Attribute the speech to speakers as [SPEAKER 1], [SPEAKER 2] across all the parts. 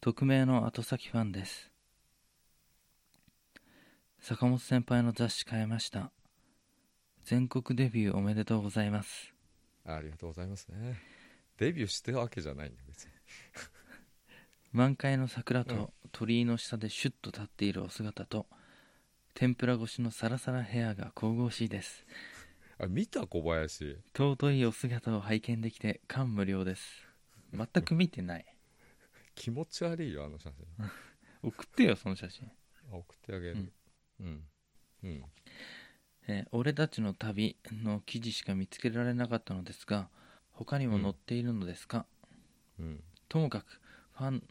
[SPEAKER 1] 匿名の後先ファンです坂本先輩の雑誌変えました全国デビューおめでとうございます
[SPEAKER 2] ありがとうございますねデビューしてるわけじゃないんだ別に
[SPEAKER 1] 満開の桜
[SPEAKER 2] うん
[SPEAKER 1] と鳥居の下でシュッと立っているお姿と天ぷら越しのサラサラヘアが神々しいです
[SPEAKER 2] あ見た小林
[SPEAKER 1] 尊いお姿を拝見できて感無量です全く見てない
[SPEAKER 2] 気持ち悪いよあの写真
[SPEAKER 1] 送ってよその写真、
[SPEAKER 2] あ送ってあげるうんうん、
[SPEAKER 1] えー俺たちの旅」の記事しか見つけられなかったのですが他にも載っているのですか、
[SPEAKER 2] うん、
[SPEAKER 1] ともかくファン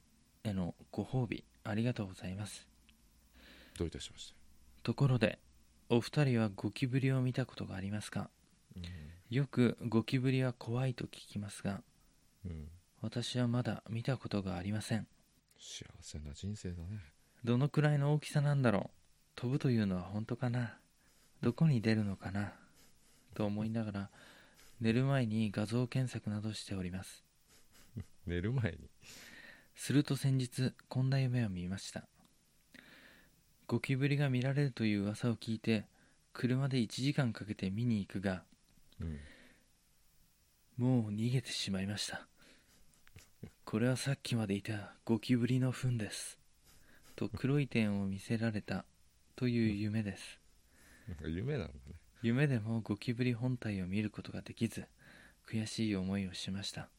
[SPEAKER 1] へのご褒美ありがとうございます
[SPEAKER 2] どういたしまして
[SPEAKER 1] ところでお二人はゴキブリを見たことがありますかよくゴキブリは怖いと聞きますが
[SPEAKER 2] うん、うん、
[SPEAKER 1] 私はまだ見たことがありません
[SPEAKER 2] 幸せな人生だね
[SPEAKER 1] どのくらいの大きさなんだろう飛ぶというのは本当かなどこに出るのかなと思いながら寝る前に画像検索などしております
[SPEAKER 2] 寝る前に
[SPEAKER 1] すると先日こんな夢を見ましたゴキブリが見られるという噂を聞いて車で1時間かけて見に行くが
[SPEAKER 2] うん
[SPEAKER 1] もう逃げてしまいましたこれはさっきまでいたゴキブリの糞ですと黒い点を見せられたという夢です
[SPEAKER 2] なんか夢なんだね
[SPEAKER 1] 夢でもゴキブリ本体を見ることができず悔しい思いをしました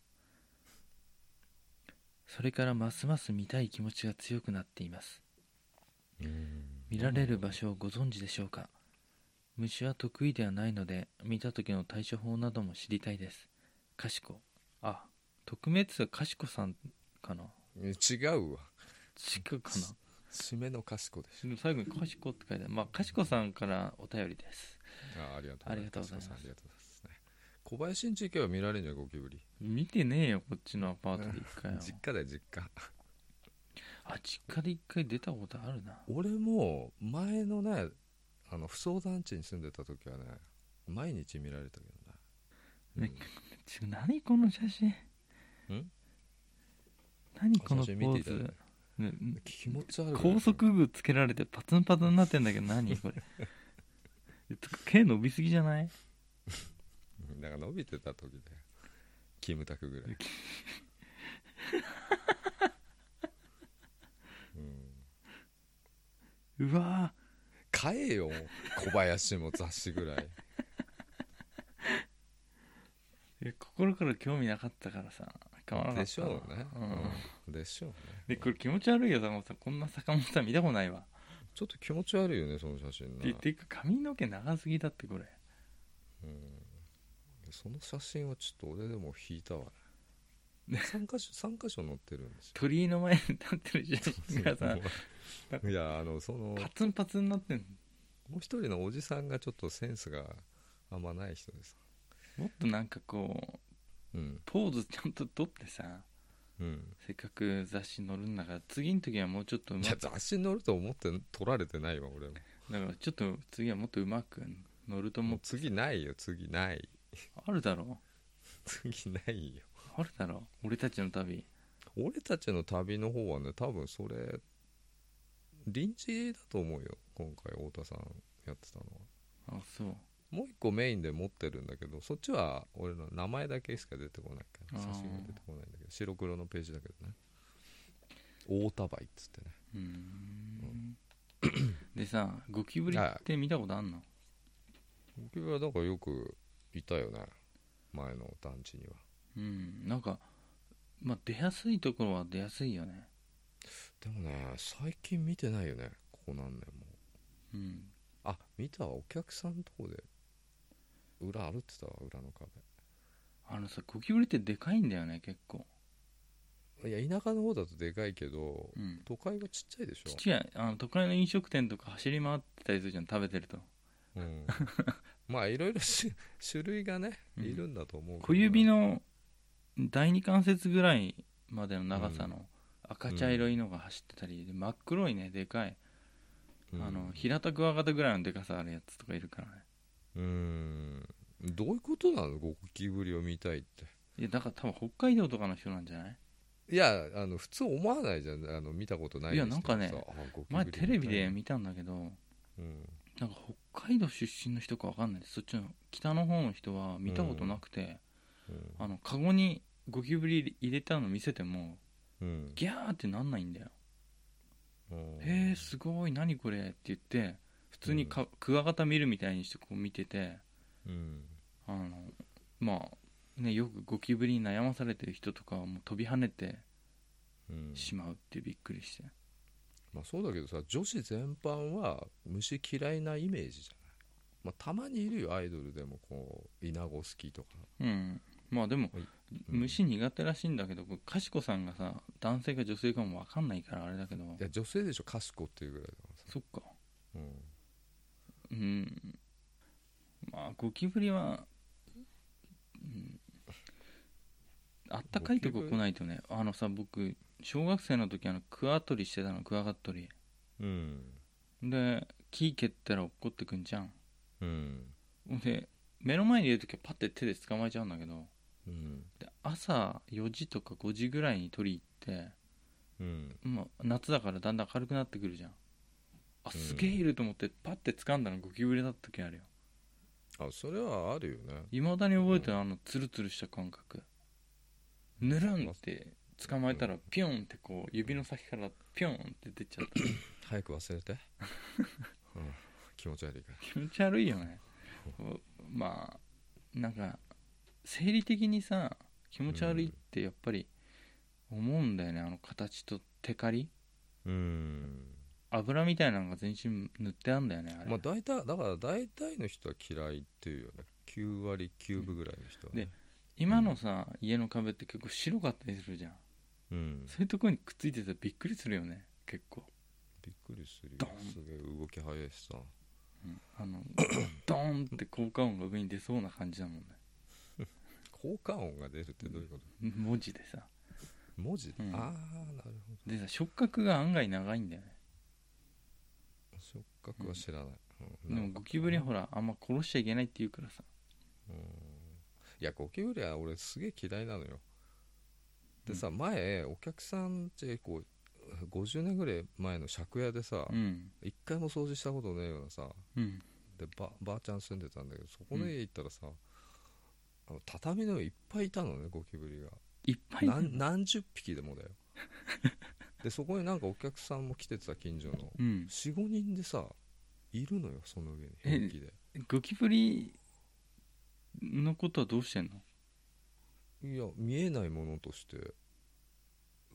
[SPEAKER 1] それからますます見たい気持ちが強くなっています
[SPEAKER 2] うん
[SPEAKER 1] 見られる場所をご存知でしょうか虫は得意ではないので見た時の対処法なども知りたいですかしこあ匿名っつうかしこさんかな
[SPEAKER 2] 違うわ
[SPEAKER 1] 違うかな
[SPEAKER 2] 締めのかしこでし
[SPEAKER 1] でも最後にかしこって書いてあるまあかしこさんからお便りです
[SPEAKER 2] ょあありがとう
[SPEAKER 1] ありがとうございます
[SPEAKER 2] かしこさんありがとうございますね小林んち行けば見られるんじゃんゴキブリ
[SPEAKER 1] 見てねえよこっちのアパートで一回は
[SPEAKER 2] 実家だよ実家
[SPEAKER 1] あ実家で一回出たことあるな
[SPEAKER 2] 俺も前のねあの不相談地に住んでた時はね毎日見られたけどね
[SPEAKER 1] ねちょ何この写真
[SPEAKER 2] ん
[SPEAKER 1] 何この
[SPEAKER 2] 写
[SPEAKER 1] ポ
[SPEAKER 2] 真見て
[SPEAKER 1] ー
[SPEAKER 2] いた
[SPEAKER 1] ズ
[SPEAKER 2] だいて、
[SPEAKER 1] ね
[SPEAKER 2] うん気持ち悪いね
[SPEAKER 1] 高速具つけられてパツンパツンになってんだけど何これ毛伸びすぎじゃない
[SPEAKER 2] うんなんか伸びてた時でキムタク ぐらい、うん、
[SPEAKER 1] うわ
[SPEAKER 2] 買えよ小林も雑誌ぐ らい
[SPEAKER 1] ーいや心から興味なかったからさ買わなかった
[SPEAKER 2] でしょうね、
[SPEAKER 1] ん
[SPEAKER 2] うんでしょうね
[SPEAKER 1] でこれ気持ち悪いよ坂本さんこんな坂本さん見たことないわ、
[SPEAKER 2] ちょっと気持ち悪いよねその写真
[SPEAKER 1] で
[SPEAKER 2] ね、
[SPEAKER 1] ていうか髪の毛長すぎだってこれ
[SPEAKER 2] うんその写真はちょっと俺でも引いたわね3箇所三箇所載ってるんですよ
[SPEAKER 1] 鳥居の前に立ってる写真がさ
[SPEAKER 2] もういやあのその
[SPEAKER 1] パツンパツンになってんの
[SPEAKER 2] もう一人のおじさんがちょっとセンスがあんまない人です
[SPEAKER 1] もっとなんかこう
[SPEAKER 2] うん
[SPEAKER 1] ポーズちゃんと撮ってさ
[SPEAKER 2] うん
[SPEAKER 1] せっかく雑誌載るんだから次の時はもうちょっとう
[SPEAKER 2] い
[SPEAKER 1] ま
[SPEAKER 2] や
[SPEAKER 1] く
[SPEAKER 2] 雑誌に載ると思って撮られてないわ俺も
[SPEAKER 1] だからちょっと次はもっとうまく乗ると
[SPEAKER 2] も
[SPEAKER 1] 思
[SPEAKER 2] う
[SPEAKER 1] う
[SPEAKER 2] 次ないよ次ない
[SPEAKER 1] あるだろ
[SPEAKER 2] 次ないよ
[SPEAKER 1] うあるだろう俺たちの旅
[SPEAKER 2] 俺たちの旅の方はね多分それ臨時だと思うよ今回太田さんやってたのは
[SPEAKER 1] あそう
[SPEAKER 2] もう一個メインで持ってるんだけどそっちは俺の名前だけしか出てこないから
[SPEAKER 1] あー
[SPEAKER 2] 写真が出てこないんだけど白黒のページだけどね太田バイっつってね
[SPEAKER 1] うーんでさゴキブリ
[SPEAKER 2] は
[SPEAKER 1] って見たことあんの
[SPEAKER 2] 僕はなんかよくいたよね前の団地には
[SPEAKER 1] うんなんかまあ出やすいところは出やすいよね
[SPEAKER 2] でもね最近見てないよねここ何年も
[SPEAKER 1] うん
[SPEAKER 2] あ見たわお客さんのとこで裏歩ってたわ裏の壁
[SPEAKER 1] あのさゴキブリってでかいんだよね結構
[SPEAKER 2] いや田舎の方だとでかいけど、
[SPEAKER 1] うん
[SPEAKER 2] 都会はちっちゃいでしょ
[SPEAKER 1] ちっ、ちゃいあの都会の飲食店とか走り回ってたりするじゃん食べてると
[SPEAKER 2] うん、まあいろいろし種類がね
[SPEAKER 1] うん
[SPEAKER 2] いるんだと思うけど
[SPEAKER 1] 小指の第二関節ぐらいまでの長さの赤茶色いのが走ってたり、で真っ黒いねでかい、
[SPEAKER 2] うん
[SPEAKER 1] あの平たくわがたぐらいのでかさあるやつとかいるからね
[SPEAKER 2] うんどういうことなのゴキブリを見たいって
[SPEAKER 1] いやだから多分北海道とかの人なんじゃない
[SPEAKER 2] いやあの普通思わないじゃんあの見たことない
[SPEAKER 1] いや
[SPEAKER 2] ですけど
[SPEAKER 1] なんかね
[SPEAKER 2] さあゴキブリ
[SPEAKER 1] 前
[SPEAKER 2] みた
[SPEAKER 1] テ
[SPEAKER 2] い
[SPEAKER 1] レビで見たんだけど
[SPEAKER 2] うん
[SPEAKER 1] なんか北海道出身の人か分かんないそっちの北の方の人は見たことなくて、
[SPEAKER 2] うん
[SPEAKER 1] あのカゴにゴキブリ入れたの見せても
[SPEAKER 2] うん
[SPEAKER 1] ギャーってなんないんだよ
[SPEAKER 2] うん
[SPEAKER 1] へえすごい何これって言って普通にか、クワガタ見るみたいにしてこう見てて
[SPEAKER 2] うん
[SPEAKER 1] あのまあねよくゴキブリに悩まされてる人とかはもう飛び跳ねて
[SPEAKER 2] うん
[SPEAKER 1] しまうってびっくりして、
[SPEAKER 2] まあそうだけどさ女子全般は虫嫌いなイメージじゃないまあたまにいるよアイドルでもこうイナゴ好きとか
[SPEAKER 1] うんまあでも、
[SPEAKER 2] はいうん
[SPEAKER 1] 虫苦手らしいんだけどかしこさんがさ男性か女性かも分かんないからあれだけど
[SPEAKER 2] いや女性でしょかしこっていうぐらいだからさ
[SPEAKER 1] そっか
[SPEAKER 2] うん
[SPEAKER 1] うんまあゴキブリは、うん、あったかいとこ
[SPEAKER 2] ゴキ
[SPEAKER 1] 来
[SPEAKER 2] ブリ
[SPEAKER 1] ないとねあのさ僕小学生の時あのクワ取りしてたのクワガットリ
[SPEAKER 2] うん
[SPEAKER 1] で木蹴ったら落っこってくんじゃん
[SPEAKER 2] うん
[SPEAKER 1] で目の前にいる時はパッて手で捕まえちゃうんだけど
[SPEAKER 2] うん
[SPEAKER 1] で朝4時とか5時ぐらいに取り行って
[SPEAKER 2] うん
[SPEAKER 1] まあ、夏だからだんだん明るくなってくるじゃんあ
[SPEAKER 2] うん
[SPEAKER 1] すげえいると思ってパッて掴んだのゴキブリだった時あるよ
[SPEAKER 2] あそれはあるよね
[SPEAKER 1] いまだに覚えてるあのツルツルした感覚ぬるんって捕まえたらピョンってこう指の先からピョンって出ちゃった
[SPEAKER 2] 早く忘 れて、うん、気持ち悪いから
[SPEAKER 1] 気持ち悪いよ ねおまあなんか生理的にさ気持ち悪いってやっぱり思うんだよねあの形とテカリ
[SPEAKER 2] うん
[SPEAKER 1] 油みたいなのが全身塗ってあんだよねあれ、
[SPEAKER 2] まあ大体だから大体の人は嫌いっていうよね9割9分ぐらいの人は、ね、
[SPEAKER 1] で今のさ家の壁って結構白かったりするじゃん
[SPEAKER 2] うん、
[SPEAKER 1] そういうとこにくっついてたらびっくりするよね結構、
[SPEAKER 2] びっくりする
[SPEAKER 1] ド
[SPEAKER 2] よ
[SPEAKER 1] ン
[SPEAKER 2] すげえ動き早いしさ
[SPEAKER 1] うんあ のドーンって効果音が上に出そうな感じだもんね
[SPEAKER 2] 効果音が出るってどういうこと、
[SPEAKER 1] 文字でさ
[SPEAKER 2] 文字で、
[SPEAKER 1] うん
[SPEAKER 2] ああなるほ
[SPEAKER 1] でさ触覚が案外長いんだよね
[SPEAKER 2] ど触覚は知らない、うん
[SPEAKER 1] でもゴキブリほらあんま殺しちゃいけないって言うからさ
[SPEAKER 2] うんいやゴキブリは俺すげえ嫌いなのよでさ、前お客さんってこう50年ぐらい前の借家でさ、
[SPEAKER 1] うん
[SPEAKER 2] 一回も掃除したことねえようなさ
[SPEAKER 1] うん
[SPEAKER 2] でばばあちゃん住んでたんだけどそこの家行ったらさ、あの畳の上いっぱいいたのねゴキブリが
[SPEAKER 1] いっぱいいる
[SPEAKER 2] 何何十匹でもだよ でそこになんかお客さんも来てさ近所の
[SPEAKER 1] うん
[SPEAKER 2] 45人でさいるのよその上に平気で
[SPEAKER 1] ゴキブリのことはどうしてんの
[SPEAKER 2] いや見えないものとして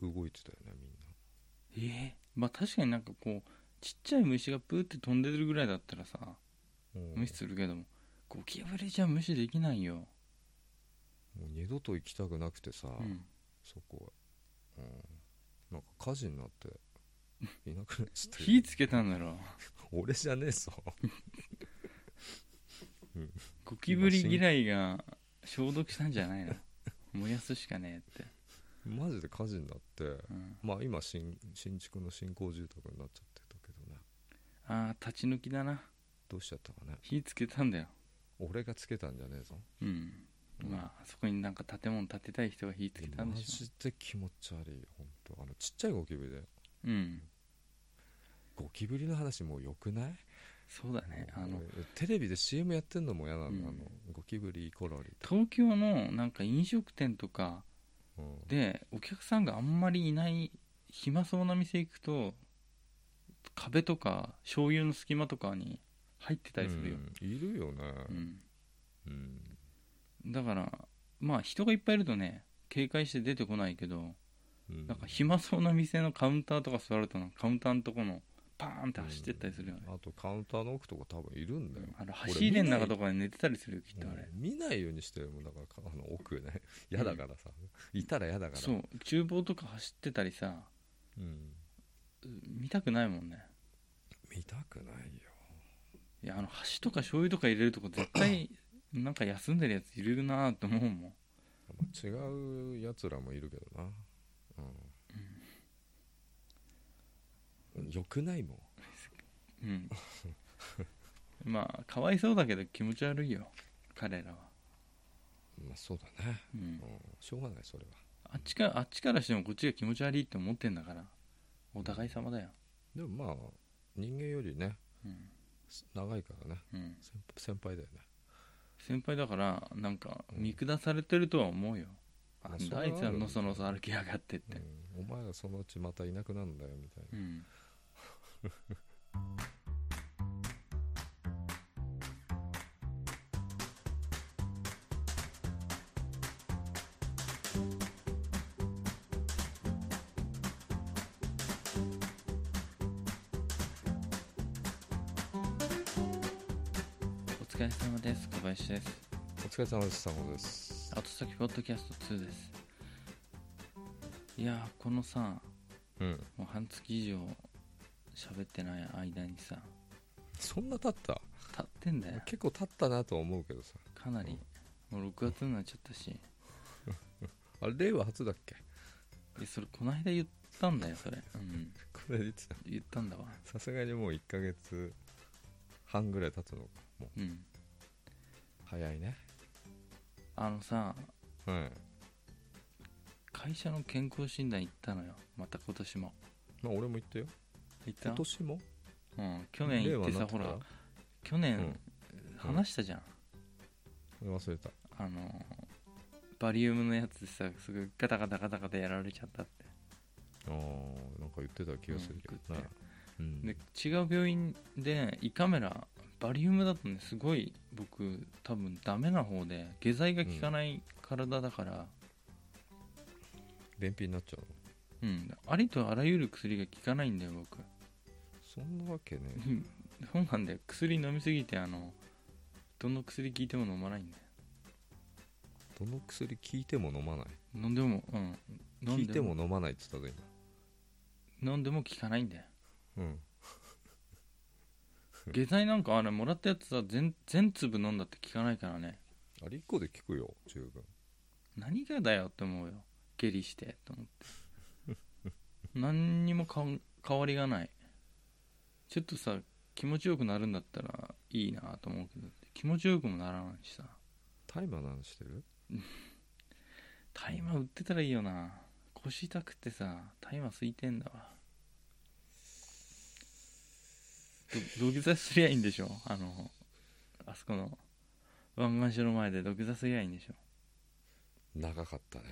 [SPEAKER 2] 動いてたよねみんな
[SPEAKER 1] ええまあ確かになんかこうちっちゃい虫がプーって飛んでるぐらいだったらさ
[SPEAKER 2] うん
[SPEAKER 1] 無視するけどもゴキブリじゃ無視できないよ、
[SPEAKER 2] もう二度と行きたくなくてさ、
[SPEAKER 1] うん、
[SPEAKER 2] そこは、うん、なんか火事になっていなくなっちゃった よ
[SPEAKER 1] 火つけたんだろ
[SPEAKER 2] 俺じゃねえぞ
[SPEAKER 1] ゴキブリ嫌いが消毒したんじゃないの燃やすしかねえって、
[SPEAKER 2] マジで火事になって
[SPEAKER 1] うん、
[SPEAKER 2] まあ今新新築の新興住宅になっちゃってたけどね
[SPEAKER 1] ああ立ち抜きだな
[SPEAKER 2] どうしちゃったかね
[SPEAKER 1] 火つけたんだよ
[SPEAKER 2] 俺がつけたんじゃねえぞ
[SPEAKER 1] うんまああそこになんか建物建てたい人が火つけたん
[SPEAKER 2] マ
[SPEAKER 1] でしょ
[SPEAKER 2] ジで気持ち悪いよ本当あのちっちゃいゴキブリで
[SPEAKER 1] うん
[SPEAKER 2] ゴキブリの話もうよくない
[SPEAKER 1] そうだねあ
[SPEAKER 2] も
[SPEAKER 1] の
[SPEAKER 2] う俺テレビで CM やってんのも嫌なの,、
[SPEAKER 1] うん
[SPEAKER 2] あのゴキブリコロリと、
[SPEAKER 1] 東京のなんか飲食店とか
[SPEAKER 2] うん
[SPEAKER 1] でお客さんがあんまりいない暇そうな店行くと壁とか醤油の隙間とかに入ってたりするよ、
[SPEAKER 2] うんいるよね
[SPEAKER 1] うん、
[SPEAKER 2] うん、
[SPEAKER 1] だからまあ人がいっぱいいるとね警戒して出てこないけど
[SPEAKER 2] うん
[SPEAKER 1] なんか暇そうな店のカウンターとか座るとなんかカウンターのとこのパーンって走ってったりするよね、
[SPEAKER 2] あとカウンターの奥とか多分いるんだよ、
[SPEAKER 1] あの走り入れの中とかで寝てたりするよきっとあれ、
[SPEAKER 2] うん見ないようにしてるもんだからかあの奥ね 嫌だからさ、いたら嫌だから
[SPEAKER 1] そう厨房とか走ってたりさ
[SPEAKER 2] うん、
[SPEAKER 1] 見たくないもんね
[SPEAKER 2] 見たくないよ
[SPEAKER 1] いやあの箸とか醤油とか入れるとこ絶 対なんか休んでるやついるなと思うもん
[SPEAKER 2] まあ違うやつらもいるけどなうん、よくないもん
[SPEAKER 1] うん まあかわいそうだけど気持ち悪いよ彼らは、
[SPEAKER 2] まあそうだね、
[SPEAKER 1] うん
[SPEAKER 2] うん、しょうがないそれは
[SPEAKER 1] あっちからあっちからしてもこっちが気持ち悪いって思ってんだからお互い様だよ
[SPEAKER 2] でもまあ人間よりね
[SPEAKER 1] うん、
[SPEAKER 2] 長いからね
[SPEAKER 1] うん、
[SPEAKER 2] 先先輩だよね
[SPEAKER 1] 先輩だからなんか
[SPEAKER 2] うん
[SPEAKER 1] 見下されてるとは思うよ、
[SPEAKER 2] あ
[SPEAKER 1] なんだあいつはのそのそ歩きやがってっ
[SPEAKER 2] う
[SPEAKER 1] て、
[SPEAKER 2] んお前らそのうちまたいなくなるんだよみたいな
[SPEAKER 1] うん、お疲れ様です小林です
[SPEAKER 2] お疲れ様です佐野です
[SPEAKER 1] 後先ポッドキャスト2ですいやーこのさ
[SPEAKER 2] うん
[SPEAKER 1] もう半月以上喋ってない間にさ
[SPEAKER 2] そんな経った
[SPEAKER 1] 立ってんだよ
[SPEAKER 2] 結構経ったなとは思うけどさ
[SPEAKER 1] かなりもう6月になっちゃったし
[SPEAKER 2] あれ令和初だっけ
[SPEAKER 1] でそれこないだ言ったんだよそれ、うん、
[SPEAKER 2] これいつだ
[SPEAKER 1] 言ったんだわ
[SPEAKER 2] さすがにもう1ヶ月半ぐらい経つのかもう
[SPEAKER 1] うん
[SPEAKER 2] 早いね
[SPEAKER 1] あのさ
[SPEAKER 2] はい
[SPEAKER 1] 会社の健康診断行ったのよまた今年も
[SPEAKER 2] まあ俺も行ったよ
[SPEAKER 1] 行った
[SPEAKER 2] 今年も
[SPEAKER 1] うん、去年行って
[SPEAKER 2] 令和
[SPEAKER 1] さ
[SPEAKER 2] に
[SPEAKER 1] ほ
[SPEAKER 2] な
[SPEAKER 1] ら
[SPEAKER 2] っ
[SPEAKER 1] 去
[SPEAKER 2] てから
[SPEAKER 1] 年話したじゃん、
[SPEAKER 2] うん忘れた
[SPEAKER 1] あのバリウムのやつでさすぐガタガタガタガタやられちゃったって
[SPEAKER 2] あーなんか言ってた気がするけどなうん
[SPEAKER 1] で違う病院で胃カメラバリウムだとねすごい僕多分ダメな方で下剤が効かない体だから、
[SPEAKER 2] 便秘になっちゃうの
[SPEAKER 1] うんありとあらゆる薬が効かないんだよ僕
[SPEAKER 2] そんなわけね
[SPEAKER 1] うんそうなんだよ薬飲みすぎてあのどの薬効いても飲まないんだよ
[SPEAKER 2] どの薬効いても飲まない
[SPEAKER 1] 飲んでもうん飲
[SPEAKER 2] 効
[SPEAKER 1] ん
[SPEAKER 2] い
[SPEAKER 1] で
[SPEAKER 2] ても飲まないって言ったぞ
[SPEAKER 1] 飲んでも効かないんだよ
[SPEAKER 2] 今うん
[SPEAKER 1] 下剤なんかあれもらったやつさ全全粒飲んだって効かないからね
[SPEAKER 2] あれ1個で効くよ十分
[SPEAKER 1] 何がだよって思うよ下痢してと思って何にもかん変わりがないちょっとさ気持ちよくなるんだったらいいなと思うけど気持ちよくもならないしさ
[SPEAKER 2] タイマーの話してる
[SPEAKER 1] タイマー売ってたらいいよな腰痛くてさタイマー空いてんだわど土下座すりゃいいんでしょあのあそこの湾岸署の前で土下座すりゃいいんでしょ
[SPEAKER 2] 長かったね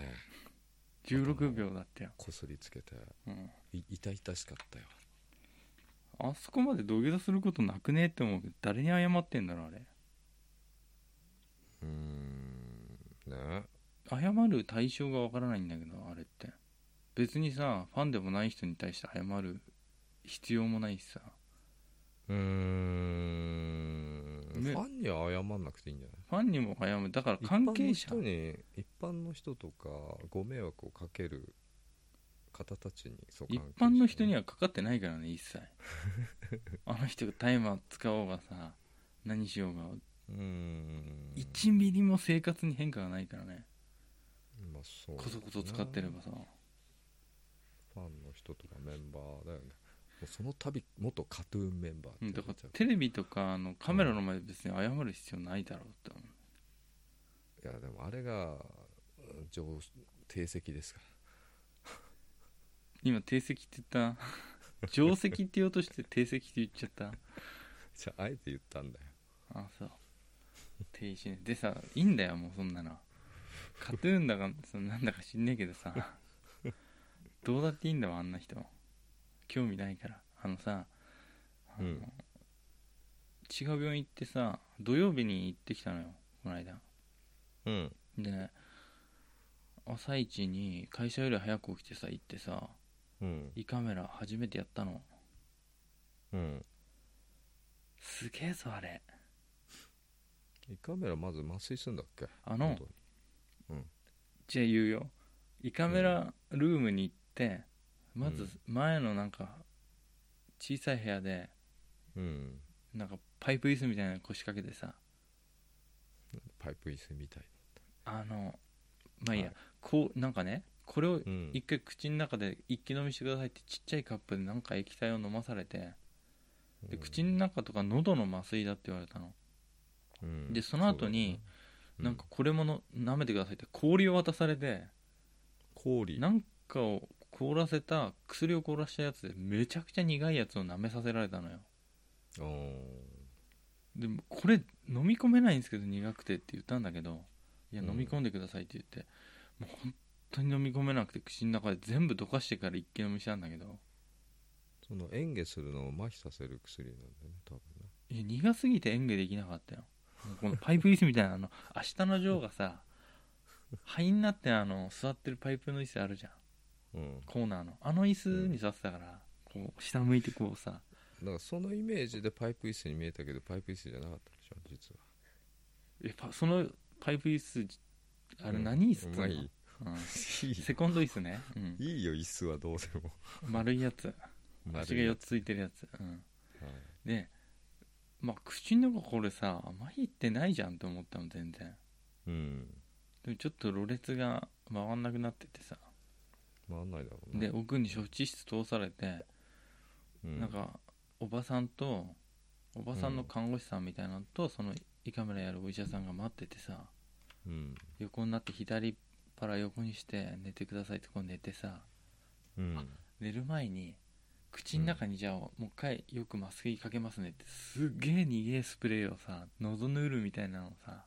[SPEAKER 1] 16秒だったよ、
[SPEAKER 2] こすりつけて
[SPEAKER 1] うん、
[SPEAKER 2] い痛々しかったよ
[SPEAKER 1] あそこまで土下座することなくねって思うけど誰に謝ってんだろうあれ
[SPEAKER 2] うーんね
[SPEAKER 1] 謝る対象がわからないんだけどあれって別にさファンでもない人に対して謝る必要もないしさ
[SPEAKER 2] うーん
[SPEAKER 1] ね
[SPEAKER 2] ファンには謝んなくていいんじゃない
[SPEAKER 1] ファンにも謝るだから
[SPEAKER 2] 一般
[SPEAKER 1] 関
[SPEAKER 2] の
[SPEAKER 1] 係者
[SPEAKER 2] 人に一般の人とかご迷惑をかける方たちにそう
[SPEAKER 1] 一
[SPEAKER 2] 関
[SPEAKER 1] 般
[SPEAKER 2] 係者
[SPEAKER 1] の人にはかかってないからね一 切あの人がタイマー使おうがさ何しようが
[SPEAKER 2] うーん
[SPEAKER 1] 1ミリも生活に変化がないからね
[SPEAKER 2] まあそうだ
[SPEAKER 1] こ
[SPEAKER 2] な
[SPEAKER 1] そこそ使ってればさ
[SPEAKER 2] ファンの人とかメンバーだよねもうその度元カトゥーンメンバーっ
[SPEAKER 1] う
[SPEAKER 2] て
[SPEAKER 1] ん
[SPEAKER 2] 言
[SPEAKER 1] だ
[SPEAKER 2] っ
[SPEAKER 1] から
[SPEAKER 2] ちゃう
[SPEAKER 1] テレビとかあのカメラの前で別に謝る必要ないだろうって思う
[SPEAKER 2] いやでもあれがうん上定石ですか
[SPEAKER 1] 今定石って言った 定石って言おうとして定石って言っちゃった
[SPEAKER 2] ら じゃああえて言ったんだよ
[SPEAKER 1] あそう定石ねでさいいんだよもうそんなのカトゥーンだかそのなんだか知んねえけどさどうだっていいんだわあんな人興味ないからあのさあの、
[SPEAKER 2] うん
[SPEAKER 1] 違う病院行ってさ土曜日に行ってきたのよこの間
[SPEAKER 2] うん
[SPEAKER 1] で朝一に会社より早く起きてさ行ってさ
[SPEAKER 2] うん
[SPEAKER 1] 胃カメラ初めてやったの
[SPEAKER 2] うん
[SPEAKER 1] すげえぞあれ
[SPEAKER 2] 胃カメラまず麻酔するんだっけ
[SPEAKER 1] あの
[SPEAKER 2] 本当に
[SPEAKER 1] じゃあ言うよ胃カメラルームに行って、
[SPEAKER 2] ん
[SPEAKER 1] まず前のなんか小さい部屋で
[SPEAKER 2] うん
[SPEAKER 1] なんかパイプ椅子みたいなの腰掛けてさ
[SPEAKER 2] パイプ椅子みたい
[SPEAKER 1] あのまあいいや、
[SPEAKER 2] は
[SPEAKER 1] こうなんかねこれを
[SPEAKER 2] うん
[SPEAKER 1] 一回口の中で一気飲みしてくださいってちっちゃいカップでなんか液体を飲まされてで口の中とか喉の麻酔だって言われたの、
[SPEAKER 2] うん
[SPEAKER 1] でその後に
[SPEAKER 2] そうだよね
[SPEAKER 1] なんかこれもの舐めてくださいって氷を渡されて
[SPEAKER 2] 氷
[SPEAKER 1] なんかを凍らせた薬を凍らしたやつでめちゃくちゃ苦いやつを舐めさせられたのよ
[SPEAKER 2] うん
[SPEAKER 1] でもこれ飲み込めないんですけど苦くてって言ったんだけどいや
[SPEAKER 2] うん
[SPEAKER 1] 飲み込んでくださいって言って、もう本当に飲み込めなくて口の中で全部溶かしてから一気飲みしたんだけど
[SPEAKER 2] その嚥下するのを麻痺させる薬なんだよね多分ね
[SPEAKER 1] いや苦すぎて演芸できなかったよもうこのパイプ椅子みたいなあの「明日のジョー」がさ灰になってあの座ってるパイプの椅子あるじゃん
[SPEAKER 2] うん
[SPEAKER 1] コーナーのあの椅子に座ってたから、こう下向いてこうさ
[SPEAKER 2] だからそのイメージでパイプ椅子に見えたけどパイプ椅子じゃなかったでしょ実は
[SPEAKER 1] えパそのパイプ椅子あれ
[SPEAKER 2] うん
[SPEAKER 1] 何椅子って
[SPEAKER 2] まあ
[SPEAKER 1] 言
[SPEAKER 2] いう
[SPEAKER 1] の
[SPEAKER 2] い
[SPEAKER 1] うん
[SPEAKER 2] いい
[SPEAKER 1] セコンド椅子ね、うん、
[SPEAKER 2] いいよ椅子はどうでも
[SPEAKER 1] 丸いやつ足が4つついてるやつ、うん、でまあ口の中これさ麻痺ってないじゃんと思ったの全然
[SPEAKER 2] うん
[SPEAKER 1] でもちょっとろれつが回んなくなっててさ
[SPEAKER 2] 回んないだろう
[SPEAKER 1] で
[SPEAKER 2] ね
[SPEAKER 1] 奥に処置室通されて、
[SPEAKER 2] う
[SPEAKER 1] なんかおばさんとおばさんの看護師さんみたいなのと、その胃カメラやるお医者さんが待っててさ
[SPEAKER 2] うん
[SPEAKER 1] 横になって左から横にして寝てくださいってこう寝てさ
[SPEAKER 2] うん
[SPEAKER 1] 寝る前に口の中にじゃあ、もう一回よく麻酔かけますねってすっげえ苦えスプレーをさ喉塗るみたいなのさ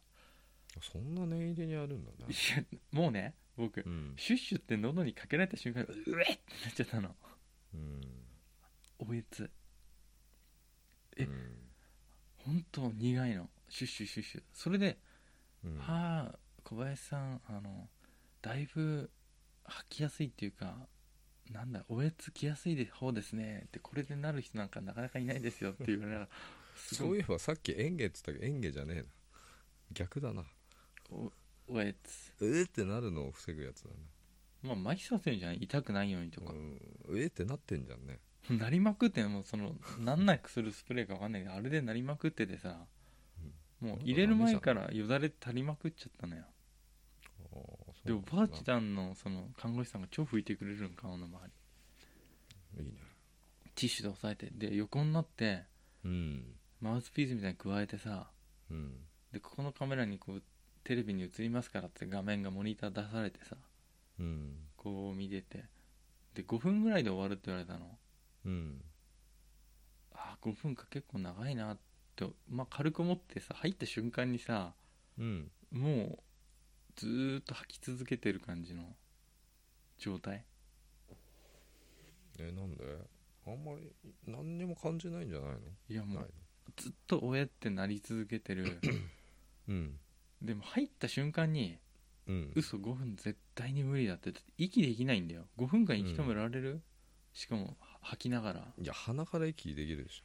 [SPEAKER 2] そんな念入りにあるんだ
[SPEAKER 1] い
[SPEAKER 2] ね
[SPEAKER 1] やもうね僕、
[SPEAKER 2] うん
[SPEAKER 1] シュッシュって喉にかけられた瞬間うえっってなっちゃったの
[SPEAKER 2] うん
[SPEAKER 1] おえつえ
[SPEAKER 2] うん
[SPEAKER 1] 本当苦いのシュッシュシュッシュそれで
[SPEAKER 2] うん
[SPEAKER 1] はあ小林さんあのだいぶ吐きやすいっていうかなんだおえつきやすい方ですねってこれでなる人なんかなかなかいないですよって言われながらす
[SPEAKER 2] そ
[SPEAKER 1] ご
[SPEAKER 2] うい
[SPEAKER 1] い
[SPEAKER 2] えばさっき嚥下っつったけど嚥下じゃねえな逆だな
[SPEAKER 1] おおえつ
[SPEAKER 2] うえってなるのを防ぐやつだね
[SPEAKER 1] まあ麻痺させるんじゃない痛くないようにとか、
[SPEAKER 2] うんうえってなってんじゃんね
[SPEAKER 1] なりまくってもうそのなんなくするスプレーかわかんないけどあれでなりまくっててさもう入れる前からよだれ足りまくっちゃったのよ
[SPEAKER 2] あーそう
[SPEAKER 1] で
[SPEAKER 2] な
[SPEAKER 1] お
[SPEAKER 2] んだ
[SPEAKER 1] ばあちゃんのその看護師さんが超拭いてくれるん顔の周り
[SPEAKER 2] いいね
[SPEAKER 1] ティッシュで押さえてで横になって
[SPEAKER 2] うん
[SPEAKER 1] マウスピースみたいに加えてさ
[SPEAKER 2] うん
[SPEAKER 1] でここのカメラにこうテレビに映りますからって画面がモニター出されてさ
[SPEAKER 2] うん
[SPEAKER 1] こう見ててで5分ぐらいで終わるって言われたの
[SPEAKER 2] うん
[SPEAKER 1] あー5分か結構長いなって、まあ、軽く思ってさ入った瞬間にさ
[SPEAKER 2] うん
[SPEAKER 1] もうずーっと吐き続けてる感じの状態
[SPEAKER 2] えなんであんまり何にも感じないんじゃないの
[SPEAKER 1] いやも
[SPEAKER 2] はいう
[SPEAKER 1] ずっとおえってなり続けて る
[SPEAKER 2] うん
[SPEAKER 1] でも入った瞬間に
[SPEAKER 2] うん
[SPEAKER 1] 嘘5分絶対に無理だって息できないんだよ5分間息止められる、しかもは吐きながら
[SPEAKER 2] いや鼻から息できるでし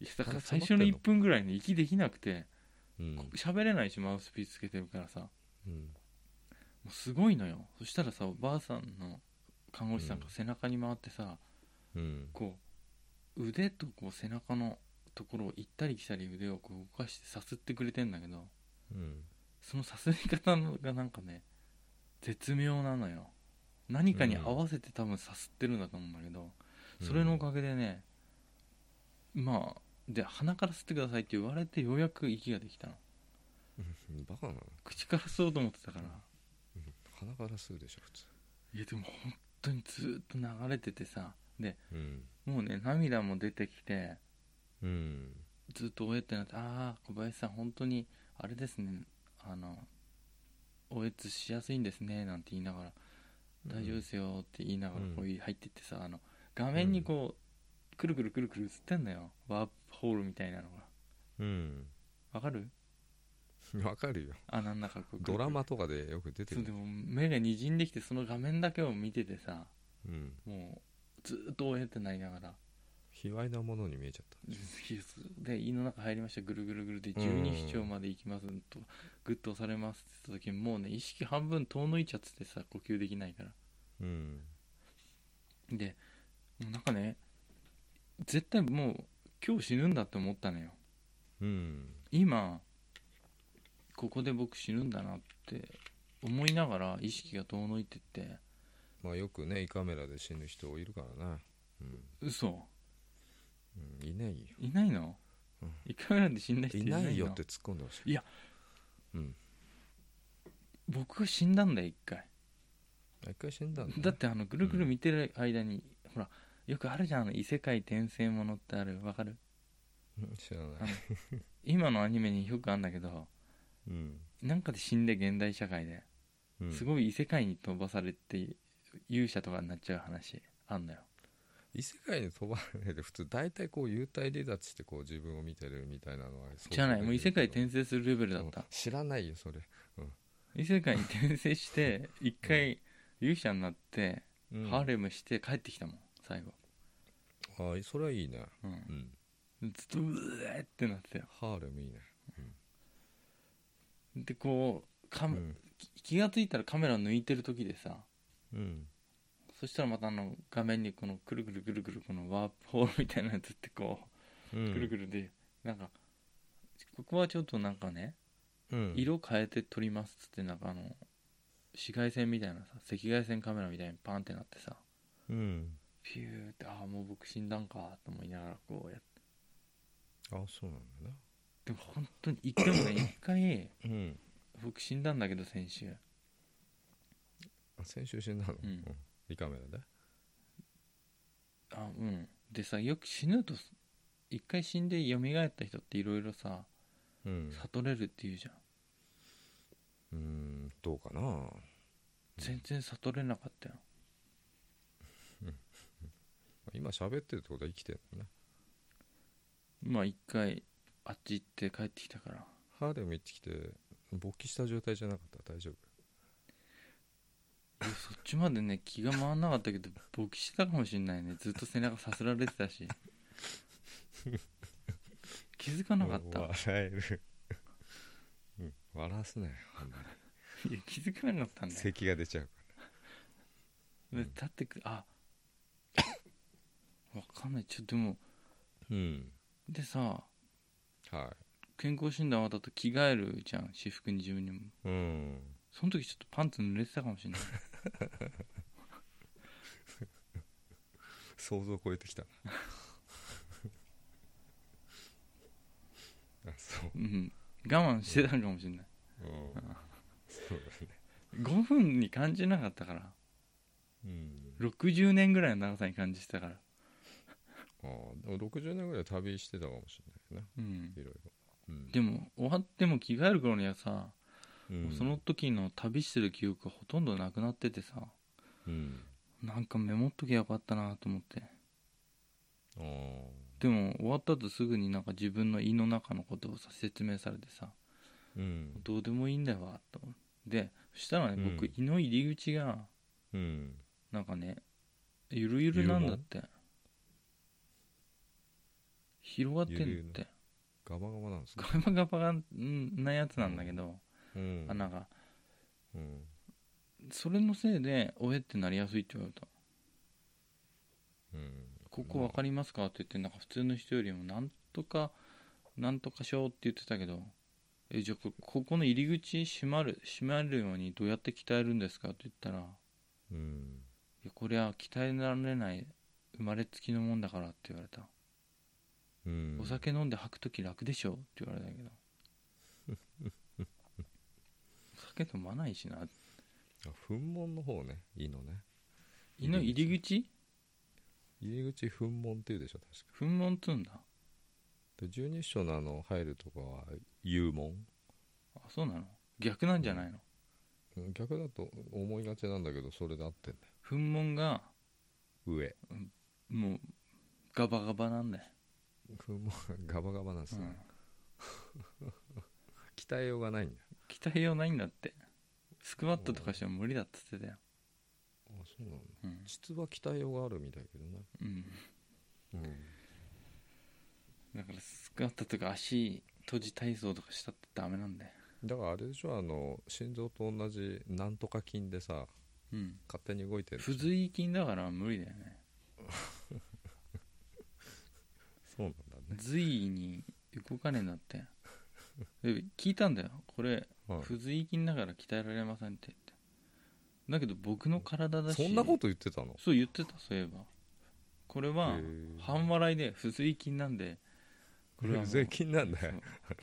[SPEAKER 1] いやだから
[SPEAKER 2] あ
[SPEAKER 1] 最初の
[SPEAKER 2] 詰
[SPEAKER 1] 1
[SPEAKER 2] まってんの
[SPEAKER 1] 分ぐらいに息できなくて
[SPEAKER 2] ょうん
[SPEAKER 1] こ喋、れないしマウスピースつけてるからさも
[SPEAKER 2] うん
[SPEAKER 1] うすごいのよそしたらさおばあさんの看護師さんが
[SPEAKER 2] うん
[SPEAKER 1] 背中に回ってさ、
[SPEAKER 2] うん
[SPEAKER 1] こう腕とこう背中のところを行ったり来たり腕をこう動かしてさすってくれてんだけど
[SPEAKER 2] うん
[SPEAKER 1] そのさすり方のがなんかね絶妙なのよ何かに合わせて多分さすってるんだと思うんだけど、それのおかげでねまあで鼻から吸ってくださいって言われてようやく息ができたの
[SPEAKER 2] うん バカなの
[SPEAKER 1] 口から吸おうと思ってたから
[SPEAKER 2] 鼻から吸うでしょ普通
[SPEAKER 1] いやでも本当にずっと流れててさで
[SPEAKER 2] うん
[SPEAKER 1] もうね涙も出てきて
[SPEAKER 2] うん
[SPEAKER 1] ずっとおえってなってああ小林さん本当にあれですねあのおえつしやすいんですねなんて言いながら大丈夫ですよって言いながら
[SPEAKER 2] うん
[SPEAKER 1] こう入ってってさあの画面にこうくるくるくるくる映ってんだよワープホールみたいなのが
[SPEAKER 2] うん
[SPEAKER 1] わかる
[SPEAKER 2] わかるよ
[SPEAKER 1] あなんだかこう
[SPEAKER 2] ドラマとかでよく出て
[SPEAKER 1] そう
[SPEAKER 2] く
[SPEAKER 1] で
[SPEAKER 2] る
[SPEAKER 1] も目がにじんできてその画面だけを見ててさ
[SPEAKER 2] うん
[SPEAKER 1] もうずっとおえってなりながら
[SPEAKER 2] 卑猥なものに見えちゃった
[SPEAKER 1] で胃の中入りましたぐるぐるぐるで
[SPEAKER 2] うん
[SPEAKER 1] 12指腸まで行きますとグッと押されますって言った時にもうね意識半分遠のいちゃっててさ呼吸できないから
[SPEAKER 2] うん
[SPEAKER 1] でもうなんかね絶対もう今日死ぬんだって思ったのよ
[SPEAKER 2] うん
[SPEAKER 1] 今ここで僕死ぬんだなって思いながら意識が遠のいてって
[SPEAKER 2] まあよくね胃カメラで死ぬ人いるからなうん
[SPEAKER 1] 嘘
[SPEAKER 2] うんいないよ
[SPEAKER 1] いないの、
[SPEAKER 2] うん
[SPEAKER 1] いかがなんで死んだ人
[SPEAKER 2] い
[SPEAKER 1] いない
[SPEAKER 2] な
[SPEAKER 1] の
[SPEAKER 2] いよって突っ込んでほしい
[SPEAKER 1] いや
[SPEAKER 2] うん
[SPEAKER 1] 僕が死んだんだよ一回
[SPEAKER 2] 一回死んだんだ
[SPEAKER 1] だってあのぐるぐる見てる間に、ほらよくあるじゃんあの異世界転生ものってあるわかる
[SPEAKER 2] うん 知ら
[SPEAKER 1] あ
[SPEAKER 2] な
[SPEAKER 1] の
[SPEAKER 2] い、
[SPEAKER 1] 今のアニメによくあるんだけど
[SPEAKER 2] うん
[SPEAKER 1] なんかで死んで現代社会で
[SPEAKER 2] うん、
[SPEAKER 1] すごい異世界に飛ばされて勇者とかになっちゃう話あんだよ
[SPEAKER 2] 異世界に飛ばされて普通大体こう幽体離脱してこう自分を見てるみたいなのは
[SPEAKER 1] じゃないもう異世界
[SPEAKER 2] 生
[SPEAKER 1] 転生するレベルだった
[SPEAKER 2] 知らないよそれ、
[SPEAKER 1] 異世界に転生して一回勇者になって
[SPEAKER 2] うん
[SPEAKER 1] ハーレムして帰ってきたもん最後、
[SPEAKER 2] あそれはいいね、
[SPEAKER 1] う、
[SPEAKER 2] うんん、
[SPEAKER 1] ずっとうえーってなってたよ
[SPEAKER 2] ハーレムいいね、
[SPEAKER 1] でこうカ
[SPEAKER 2] う
[SPEAKER 1] メ
[SPEAKER 2] ん
[SPEAKER 1] 気がついたらカメラ抜いてる時でさ
[SPEAKER 2] うん、
[SPEAKER 1] そしたらまたあの画面にこのくるぐるぐるぐるこのワープホールみたいなやつってこ
[SPEAKER 2] う
[SPEAKER 1] う、
[SPEAKER 2] ん、
[SPEAKER 1] くるぐるでなんかここはちょっとなんかね
[SPEAKER 2] うん、
[SPEAKER 1] 色変えて撮りますっつってなんかあの紫外線みたいなさ赤外線カメラみたいにパンってなってさ
[SPEAKER 2] うん
[SPEAKER 1] ピューってああもう僕死んだんかと思いながらこうやって
[SPEAKER 2] あそうなんだね
[SPEAKER 1] でも本当に一回も ね一回
[SPEAKER 2] うん
[SPEAKER 1] 僕死んだんだけど先週
[SPEAKER 2] あ先週死んだの、
[SPEAKER 1] うん
[SPEAKER 2] 胃カメラで
[SPEAKER 1] あうんでさよく死ぬと一回死んで蘇った人っていろいろさ
[SPEAKER 2] うん
[SPEAKER 1] 悟れるっていうじゃん
[SPEAKER 2] うーんどうかな
[SPEAKER 1] 全然悟れなかったよ
[SPEAKER 2] 今喋ってるってことは生きてるのね
[SPEAKER 1] まあ一回あっち行って帰ってきたから
[SPEAKER 2] ハーレム行ってきて勃起した状態じゃなかったら大丈夫
[SPEAKER 1] でそっちまでね気が回んなかったけど勃起してたかもしれないねずっと背中さすられてたし気づかなかったい
[SPEAKER 2] もう笑える、 うん、笑わすねあんま
[SPEAKER 1] や気づかなかったん
[SPEAKER 2] り
[SPEAKER 1] だよ
[SPEAKER 2] 咳が出ちゃうか
[SPEAKER 1] で立ってくあわかんないちょっとでも
[SPEAKER 2] らうん
[SPEAKER 1] でさ
[SPEAKER 2] は
[SPEAKER 1] 健康診断終わったと着替えるじゃん私服に自分にも
[SPEAKER 2] いうん
[SPEAKER 1] その時ちょっとパンツ濡れてたかもしれない
[SPEAKER 2] 想像を超えてきた あそう
[SPEAKER 1] うん我慢してたかもしれない
[SPEAKER 2] うんそうだね
[SPEAKER 1] 5分に感じなかったから
[SPEAKER 2] うん
[SPEAKER 1] 60年ぐらいの長さに感じてたから
[SPEAKER 2] あーでも60年ぐらい旅してたかもしれないね
[SPEAKER 1] うん
[SPEAKER 2] いろいろ、うん
[SPEAKER 1] でも終わっても着替える頃にはさ、
[SPEAKER 2] うん
[SPEAKER 1] その時の旅してる記憶がほとんどなくなっててさ
[SPEAKER 2] うん
[SPEAKER 1] なんかメモっときゃよかったなと思って
[SPEAKER 2] あー
[SPEAKER 1] でも終わった後すぐになんか自分の胃の中のことをさ説明されてさ
[SPEAKER 2] うん
[SPEAKER 1] どうでもいいんだわと思ってでそしたらね僕、
[SPEAKER 2] うん
[SPEAKER 1] 胃の入り口が
[SPEAKER 2] うん
[SPEAKER 1] なんかねゆるゆるなんだって広がって
[SPEAKER 2] ゆるゆ
[SPEAKER 1] ん
[SPEAKER 2] る
[SPEAKER 1] だって
[SPEAKER 2] ガバガバなんです
[SPEAKER 1] ガ
[SPEAKER 2] か
[SPEAKER 1] バガバがなやつなんだけど、
[SPEAKER 2] うん
[SPEAKER 1] 穴が
[SPEAKER 2] うん
[SPEAKER 1] それのせいでおえってなりやすいって言われた
[SPEAKER 2] うん
[SPEAKER 1] 「ここ分かりますか?」って言ってなんか普通の人よりも「なんとかなんとかしよう」って言ってたけど「えじゃあこここの入り口閉まる閉まるようにどうやって鍛えるんですか?」って言ったら「
[SPEAKER 2] うん
[SPEAKER 1] いやこれは鍛えられない生まれつきのもんだから」って言われた
[SPEAKER 2] うん
[SPEAKER 1] お酒飲んで吐くとき楽でしょって言われた けどお酒飲まないしな
[SPEAKER 2] あ噴門の方ね胃のね
[SPEAKER 1] 胃の入り口
[SPEAKER 2] 入り口噴門っていうでしょ確
[SPEAKER 1] 噴門っつうんだ
[SPEAKER 2] かで十二章のあの入るとこは幽門
[SPEAKER 1] あそうなの逆なんじゃないの
[SPEAKER 2] うん逆だと思いがちなんだけどそれで合ってんだよ
[SPEAKER 1] 噴門が
[SPEAKER 2] 上
[SPEAKER 1] もうガバガバなんだよ、
[SPEAKER 2] 噴門がガバガバなんです
[SPEAKER 1] う
[SPEAKER 2] ね、
[SPEAKER 1] ん、
[SPEAKER 2] 鍛えようがないんだ
[SPEAKER 1] 鍛えようないんだってスクワットとかしても無理だっつってたよ
[SPEAKER 2] あそうなの
[SPEAKER 1] うん、
[SPEAKER 2] 実は鍛えようがあるみたいけどね
[SPEAKER 1] うん、
[SPEAKER 2] うん
[SPEAKER 1] だからスクワットとか足閉じ体操とかしたってダメなんだよ
[SPEAKER 2] だからあれでしょあの心臓と同じなんとか筋でさ
[SPEAKER 1] うん
[SPEAKER 2] 勝手に動いてる
[SPEAKER 1] 不随筋だから無理だよね
[SPEAKER 2] そうなんだね、
[SPEAKER 1] 随意に動かねえんだって で聞いたんだよこれ
[SPEAKER 2] はい
[SPEAKER 1] 不随筋だから鍛えられませんって言ってだけど僕の体だし
[SPEAKER 2] そんなこと言ってたの
[SPEAKER 1] そう言ってたそういえばこれは
[SPEAKER 2] へー
[SPEAKER 1] 半笑いで不随筋なんで
[SPEAKER 2] これ不随筋なんだ
[SPEAKER 1] そう
[SPEAKER 2] よ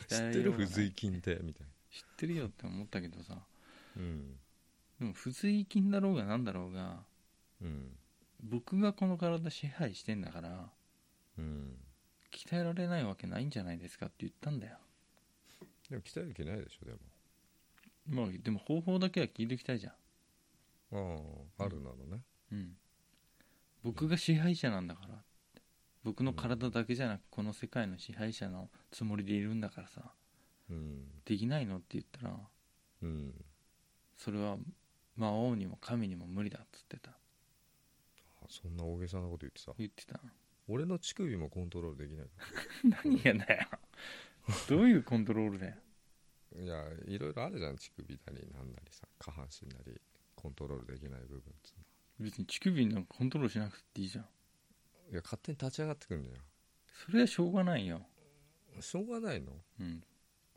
[SPEAKER 2] 知
[SPEAKER 1] 鍛
[SPEAKER 2] っ
[SPEAKER 1] え
[SPEAKER 2] て
[SPEAKER 1] よ
[SPEAKER 2] る
[SPEAKER 1] うがな
[SPEAKER 2] 不
[SPEAKER 1] い
[SPEAKER 2] 随筋ってみたい
[SPEAKER 1] 知ってるよって思ったけどさ
[SPEAKER 2] なうん
[SPEAKER 1] でも不随意菌だろうがなんだろうが
[SPEAKER 2] うん
[SPEAKER 1] 僕がこの体支配してんだから
[SPEAKER 2] うん
[SPEAKER 1] 鍛えられないわけないんじゃないですかって言ったんだよ
[SPEAKER 2] でも鍛える気ないでしょで
[SPEAKER 1] まあでも方法だけは聞いておきたいじゃん
[SPEAKER 2] もああ春なのね
[SPEAKER 1] うん僕が支配者なんだから僕の体だけじゃなくこの世界の支配者のつもりでいるんだからさ
[SPEAKER 2] うん
[SPEAKER 1] できないのって言ったら
[SPEAKER 2] うん
[SPEAKER 1] それは魔王にも神にも無理だっつってた
[SPEAKER 2] あそんな大げさなこと言ってさ
[SPEAKER 1] 言ってた
[SPEAKER 2] 俺の乳首もコントロールできないか
[SPEAKER 1] 何がだよどういうコントロールだよ
[SPEAKER 2] らいやいろいろあるじゃん乳首なりなんなりさ下半身なりコントロールできない部分っつうの
[SPEAKER 1] 別に乳首なんかコントロールしなくていいじゃん
[SPEAKER 2] いや勝手に立ち上がってくんじゃ
[SPEAKER 1] それはしょうがないよ
[SPEAKER 2] んしょうがないの
[SPEAKER 1] うん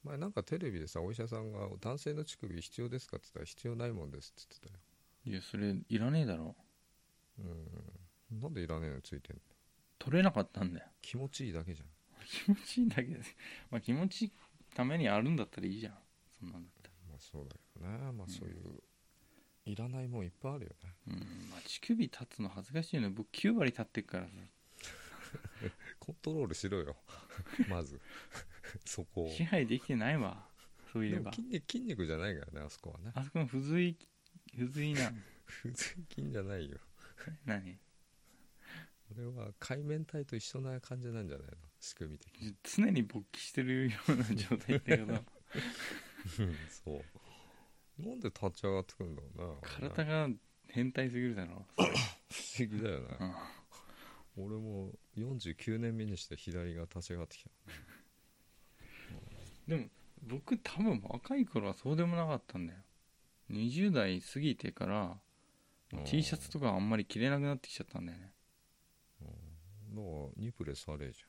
[SPEAKER 2] 前なんかテレビでさお医者さんが「男性の乳首必要ですか?」って言ったら「必要ないもんです」って言って
[SPEAKER 1] いやそれいらねえだろ
[SPEAKER 2] たようんなんでいらねえのついてんの
[SPEAKER 1] 取れなかったんだよ
[SPEAKER 2] 気持ちいいだけじゃん
[SPEAKER 1] 気持ちいいんだけど まあ気持ちいいためにあるんだったらいいじゃんそんなんだったら
[SPEAKER 2] まあそうだけどねまあそういう、いらないもんいっぱいあるよね
[SPEAKER 1] うんまあ、乳首立つの恥ずかしいの僕9割立ってるからさ
[SPEAKER 2] コントロールしろよ まず そこを
[SPEAKER 1] 支配できてないわそういえ
[SPEAKER 2] で
[SPEAKER 1] ば
[SPEAKER 2] も筋肉筋肉じゃないからねあそこはね
[SPEAKER 1] あそこの不随不随な
[SPEAKER 2] 普通筋じゃないよ
[SPEAKER 1] 何
[SPEAKER 2] これは海綿体と一緒な感じなんじゃないの仕組み的に
[SPEAKER 1] 常に勃起してるような状態だけど
[SPEAKER 2] うんそうなんで立ち上がってくんだろうな
[SPEAKER 1] 体が変態すぎるだろう、
[SPEAKER 2] 不思議だよね
[SPEAKER 1] うん、
[SPEAKER 2] 俺も49年目にして左が立ち上がってきた
[SPEAKER 1] でも僕多分若い頃はそうでもなかったんだよ20代過ぎてから
[SPEAKER 2] うん
[SPEAKER 1] T シャツとかあんまり着れなくなってきちゃったんだよね
[SPEAKER 2] だからニプレスあれじ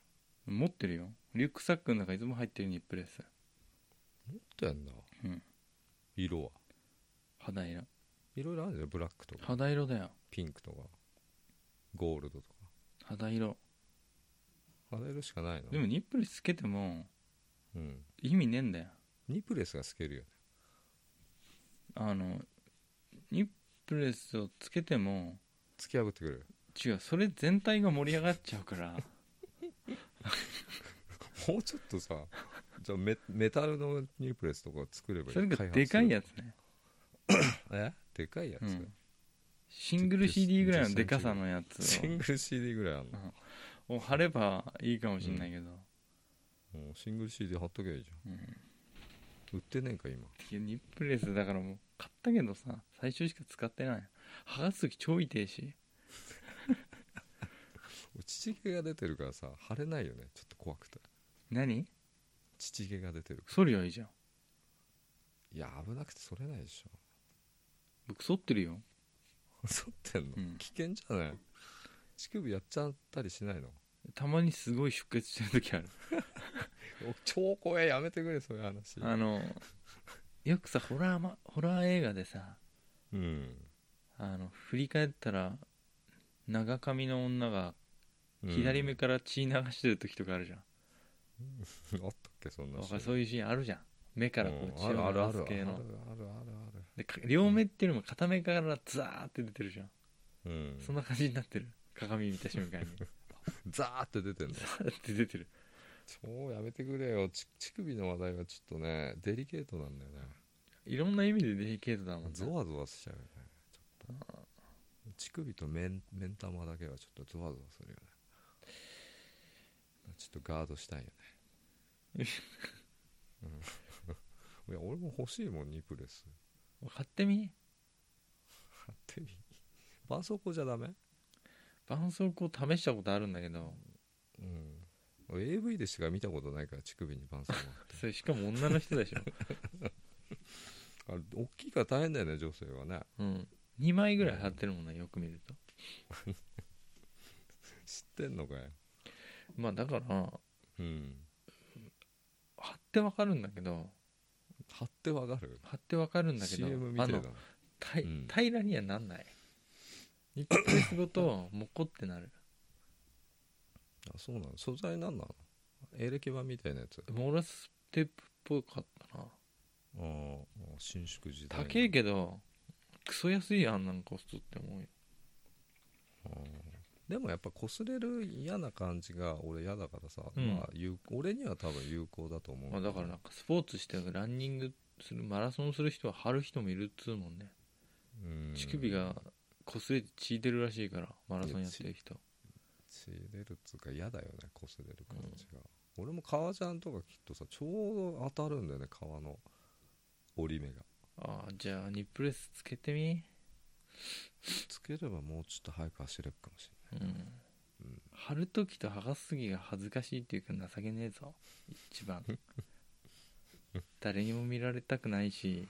[SPEAKER 1] 持ってるよリュックサックの中いつも入ってるニップレス
[SPEAKER 2] ゃん持ってんだ
[SPEAKER 1] うん
[SPEAKER 2] 色は
[SPEAKER 1] 肌色
[SPEAKER 2] いろいろあるじゃんブラックとか
[SPEAKER 1] 肌色だよ
[SPEAKER 2] ピンクとかゴールドとか
[SPEAKER 1] 肌色
[SPEAKER 2] 肌色しかないの
[SPEAKER 1] でもニップレスつけても
[SPEAKER 2] うん
[SPEAKER 1] 意味ねえんだよ
[SPEAKER 2] ニプレスが透けるよね
[SPEAKER 1] あのニップレスをつけても
[SPEAKER 2] 突き破ってくる
[SPEAKER 1] 違 うそれ全体が盛り上がっちゃうから
[SPEAKER 2] もうちょっとさじゃあメメタルのニプレスとか作ればいい
[SPEAKER 1] それがでかいやつね、
[SPEAKER 2] つえでかいやつ、
[SPEAKER 1] うん、シングル CD ぐらいのでかさのやつ
[SPEAKER 2] シングル CD ぐらいあるの、
[SPEAKER 1] をを貼ればいいかもしんないけど、
[SPEAKER 2] うんシングル CD 貼っとけばいいじ
[SPEAKER 1] うん
[SPEAKER 2] ゃん売ってねえんか今
[SPEAKER 1] いやニップレスだからもう買ったけどさ最初しか使ってない剥がす時超痛いし
[SPEAKER 2] 乳毛が出てるからさ腫れないよねちょっと怖くて
[SPEAKER 1] 何
[SPEAKER 2] 乳毛が出てる
[SPEAKER 1] 剃りゃいいじゃん
[SPEAKER 2] いや危なくてそれないでしょ
[SPEAKER 1] 僕剃ってるよ
[SPEAKER 2] 剃ってんの、
[SPEAKER 1] うん
[SPEAKER 2] 危険じゃない乳首やっちゃったりしないの
[SPEAKER 1] たまにすごい出血してる時ある
[SPEAKER 2] お超怖えやめてくれそういう話
[SPEAKER 1] あのよくさホラー、ま、ホラー映画でさ
[SPEAKER 2] うん、
[SPEAKER 1] あの振り返ったら長髪の女が
[SPEAKER 2] うん
[SPEAKER 1] 左目から血流してる時とかあるじゃん、
[SPEAKER 2] あったっけそんな
[SPEAKER 1] わかるそういうシーンあるじゃん目からこう血を
[SPEAKER 2] あるあるあ
[SPEAKER 1] 流す
[SPEAKER 2] るある
[SPEAKER 1] 系
[SPEAKER 2] ある
[SPEAKER 1] の
[SPEAKER 2] ある
[SPEAKER 1] でか両目っていうよりも片目からザーって出てるじゃん、
[SPEAKER 2] うん
[SPEAKER 1] そんな感じになってる鏡見た瞬 間に
[SPEAKER 2] ザーって出てんの
[SPEAKER 1] ザーって出てる
[SPEAKER 2] 超やめてくれよち乳首の話題はちょっとねデリケートなんだよね
[SPEAKER 1] いろんな意味でデリケートだもんね
[SPEAKER 2] ゾワゾワしちゃうよねちょっと乳首と面面玉だけはちょっとゾワゾワするよねちょっとガードしたいよ ね、うん、 いや俺も欲しいもんニプレ ス
[SPEAKER 1] 買ってみ
[SPEAKER 2] 買ってみ絆創膏じゃダメ
[SPEAKER 1] 絆創膏試したことあるんだけど
[SPEAKER 2] うん俺 AV でしか見たことないから乳首に絆創膏
[SPEAKER 1] それしかも女の人でしょ、
[SPEAKER 2] あれ大きいから大変だよね女性はね
[SPEAKER 1] うん、2枚ぐらい貼ってるもんねよく見ると
[SPEAKER 2] 知ってんのかよ
[SPEAKER 1] まあだから
[SPEAKER 2] うん
[SPEAKER 1] 貼ってわかるんだけど
[SPEAKER 2] 貼ってわかる
[SPEAKER 1] 貼ってわかるんだけど
[SPEAKER 2] CM みたいな
[SPEAKER 1] あのたい
[SPEAKER 2] うん
[SPEAKER 1] 平らにはなんない一ヶ月ごとモコってなる
[SPEAKER 2] あそうなの素材なんなのエレキ板みたいなやつ
[SPEAKER 1] モーラステープっぽかったな
[SPEAKER 2] ああ伸縮時代の
[SPEAKER 1] 高えけどクソ安いやんなんかコストって思うよ
[SPEAKER 2] でもやっぱ擦れる嫌な感じが俺嫌だからさ、
[SPEAKER 1] うん
[SPEAKER 2] まあ、有俺には多分有効だと思う、
[SPEAKER 1] まあだからなんかスポーツしてランニングするマラソンする人は張る人もいるっつうもんね
[SPEAKER 2] うん
[SPEAKER 1] 乳首が擦れて血いてるらしいからマラソンやってる人
[SPEAKER 2] 血出るっつうか嫌だよね擦れる感じが、俺も革ジャンとかきっとさちょうど当たるんだよね革の折り目が
[SPEAKER 1] ああじゃあニップレスつけてみ
[SPEAKER 2] つければもうちょっと早く走れるかもし
[SPEAKER 1] うん
[SPEAKER 2] れない、うん
[SPEAKER 1] 貼る時と剥がす時が恥ずかしいっていうか情けねえぞ一番 誰にも見られたくないし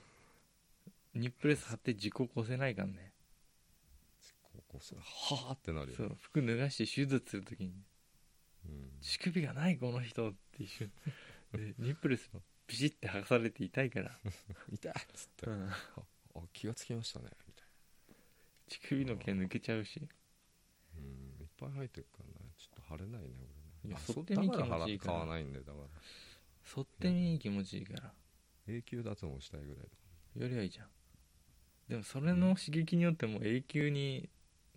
[SPEAKER 1] ニップレス貼って自己起こせないからね
[SPEAKER 2] こうこうするはあってなるよ
[SPEAKER 1] そう服脱がして手術する時に
[SPEAKER 2] うん
[SPEAKER 1] 乳首がないこの人って一瞬でニップレスもビシッて剥がされて痛いから、
[SPEAKER 2] 痛いっつって、
[SPEAKER 1] うん
[SPEAKER 2] あ気がつきましたねみたい
[SPEAKER 1] 乳首の毛抜けちゃうし
[SPEAKER 2] な、うん、いっぱい入ってるからねちょっと腫れないね俺ね
[SPEAKER 1] いや
[SPEAKER 2] あそ
[SPEAKER 1] 剃
[SPEAKER 2] う
[SPEAKER 1] ってみ
[SPEAKER 2] だから
[SPEAKER 1] 気持ちい
[SPEAKER 2] 払
[SPEAKER 1] い
[SPEAKER 2] 買
[SPEAKER 1] から
[SPEAKER 2] わないんでだから
[SPEAKER 1] 剃ってみ気持ちいいから
[SPEAKER 2] 永久脱毛したいぐらいだ
[SPEAKER 1] よりはいいじゃんでもそれの刺激によってもう永久に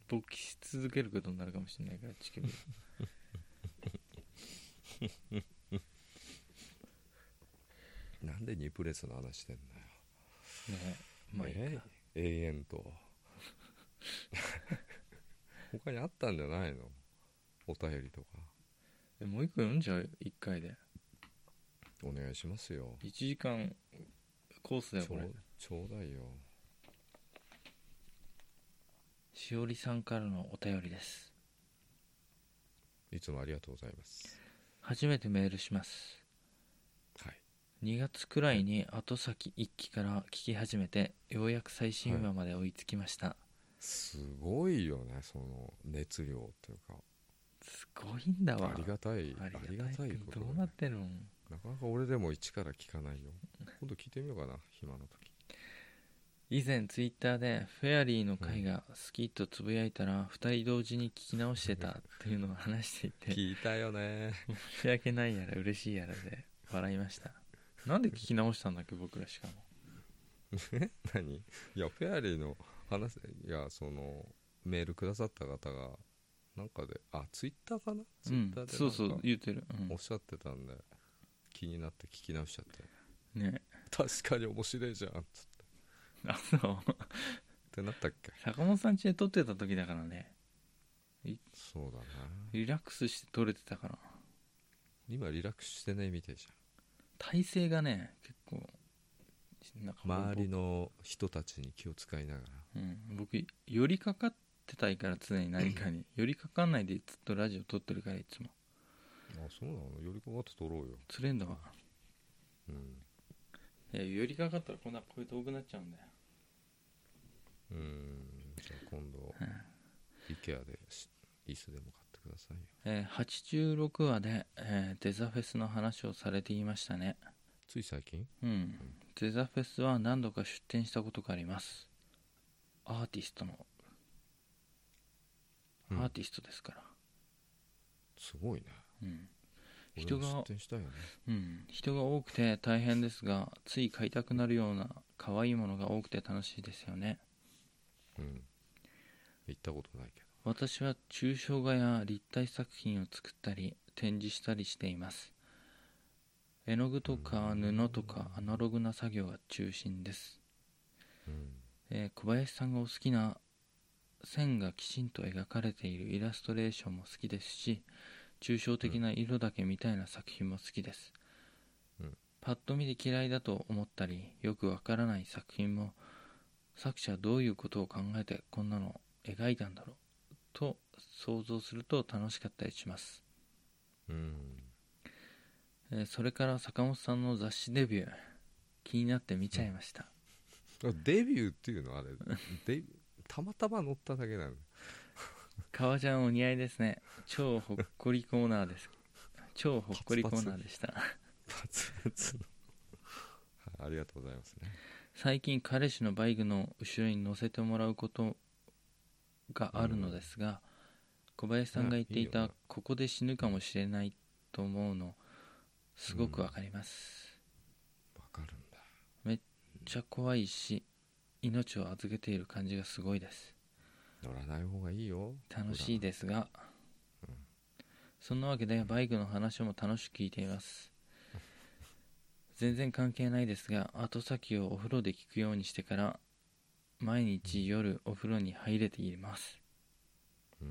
[SPEAKER 1] 勃起し続けることになるかもしれないから乳首が
[SPEAKER 2] なんでニプレスの話してんだよ
[SPEAKER 1] ねまあいいか、
[SPEAKER 2] ええ永遠と 他にあったんじゃないのお便りとか
[SPEAKER 1] えもう一個読んじゃう1回で
[SPEAKER 2] お願いしますよ
[SPEAKER 1] 1時間コースだよ
[SPEAKER 2] ちょ
[SPEAKER 1] これ
[SPEAKER 2] うちょうだいよ
[SPEAKER 1] しおりさんからのお便りです
[SPEAKER 2] いつもありがとうございます
[SPEAKER 1] 初めてメールします
[SPEAKER 2] はい
[SPEAKER 1] 2月くらいに後先1期から聞き始めてようやく最新話まで追いつきました、
[SPEAKER 2] すごいよねその熱量っていうか
[SPEAKER 1] すごいんだわ
[SPEAKER 2] ありがたい
[SPEAKER 1] あ
[SPEAKER 2] あ
[SPEAKER 1] りがたい
[SPEAKER 2] りがたいこと
[SPEAKER 1] ど
[SPEAKER 2] だね
[SPEAKER 1] うなってるの
[SPEAKER 2] なかなか俺でも一から聞かないよ今度聞いてみようかな暇の時
[SPEAKER 1] 以前ツイッターでフェアリーの回が好きとつぶやいたら2人同時に聞き直してたっていうのを話していて
[SPEAKER 2] 聞いたよ ね
[SPEAKER 1] 申し訳ないやら嬉しいやらで笑いましたなんで聞き直したんだっけ僕らしかも
[SPEAKER 2] 何いやフェアリーの話いやそのメールくださった方がなんかであツイッターかなツイッターでなんか
[SPEAKER 1] そうそう言ってる、
[SPEAKER 2] おっしゃってたんで気になって聞き直しちゃって
[SPEAKER 1] うん、ね
[SPEAKER 2] 確かに面白いじゃんっつっ
[SPEAKER 1] あそう
[SPEAKER 2] てなったっけ
[SPEAKER 1] 坂本さん家で撮ってた時だからね
[SPEAKER 2] そうだな
[SPEAKER 1] リラックスして撮れてたから
[SPEAKER 2] 今リラックスしてないみたいじ
[SPEAKER 1] 体勢がね結構なんか
[SPEAKER 2] ゃん周り
[SPEAKER 1] の、
[SPEAKER 2] の人たちに気を使いながら
[SPEAKER 1] うん、僕寄りかかってたいから常に何か に寄りかかんないでずっとラジオ撮ってるからいつも
[SPEAKER 2] あそうなのよりこうやって撮ろうよ
[SPEAKER 1] 釣れんだわ
[SPEAKER 2] うん
[SPEAKER 1] いや寄りかかったらこんな声遠くなっちゃうんだよ
[SPEAKER 2] うーんじゃあ今度
[SPEAKER 1] うん
[SPEAKER 2] IKEA でし椅子でも買ってくださいよ
[SPEAKER 1] えー86話で、えーデザフェスの話をされていましたね
[SPEAKER 2] つい最近
[SPEAKER 1] うんデザフェスは何度か出展したことがありますアーティストの
[SPEAKER 2] うん
[SPEAKER 1] アーティストですから、
[SPEAKER 2] すごいね
[SPEAKER 1] うん、人
[SPEAKER 2] 人が
[SPEAKER 1] が
[SPEAKER 2] 出店したいよね
[SPEAKER 1] うん、人が多くて大変ですがつい買いたくなるような可愛いものが多くて楽しいですよね
[SPEAKER 2] うん行ったことないけど
[SPEAKER 1] 私は抽象画や立体作品を作ったり展示したりしています絵の具とか布とかアナログな作業が中心です、
[SPEAKER 2] うん
[SPEAKER 1] えー小林さんがお好きな線がきちんと描かれているイラストレーションも好きですし抽象的な色だけみたいな作品も好きです、
[SPEAKER 2] うん
[SPEAKER 1] パッと見で嫌いだと思ったりよくわからない作品も作者はどういうことを考えてこんなのを描いたんだろうと想像すると楽しかったりします、
[SPEAKER 2] うん
[SPEAKER 1] えーそれから坂本さんの雑誌デビュー気になって見ちゃいました、
[SPEAKER 2] あデビューっていうのあれデビたまたま乗っただけなの
[SPEAKER 1] 革ジャンお似合いですね超ほっこりコーナーです超ほっこりコーナーでした
[SPEAKER 2] パツパツのはいありがとうございますね
[SPEAKER 1] 最近彼氏のバイクの後ろに乗せてもらうことがあるのですが、小林さんが言ってい
[SPEAKER 2] うんいい
[SPEAKER 1] た
[SPEAKER 2] よね
[SPEAKER 1] 「ここで死ぬかもしれない」と思うのすごくわかります、
[SPEAKER 2] わかるんだ
[SPEAKER 1] めっちゃ怖いし命を預けている感じがすごいです
[SPEAKER 2] 乗らない方がいいよ
[SPEAKER 1] 楽しい
[SPEAKER 2] で
[SPEAKER 1] ですが、そんなわけでバイクの話も楽しく聞いています全然関係ないですが後先をお風呂で聞くようにしてから毎日夜お風呂に入れています
[SPEAKER 2] うん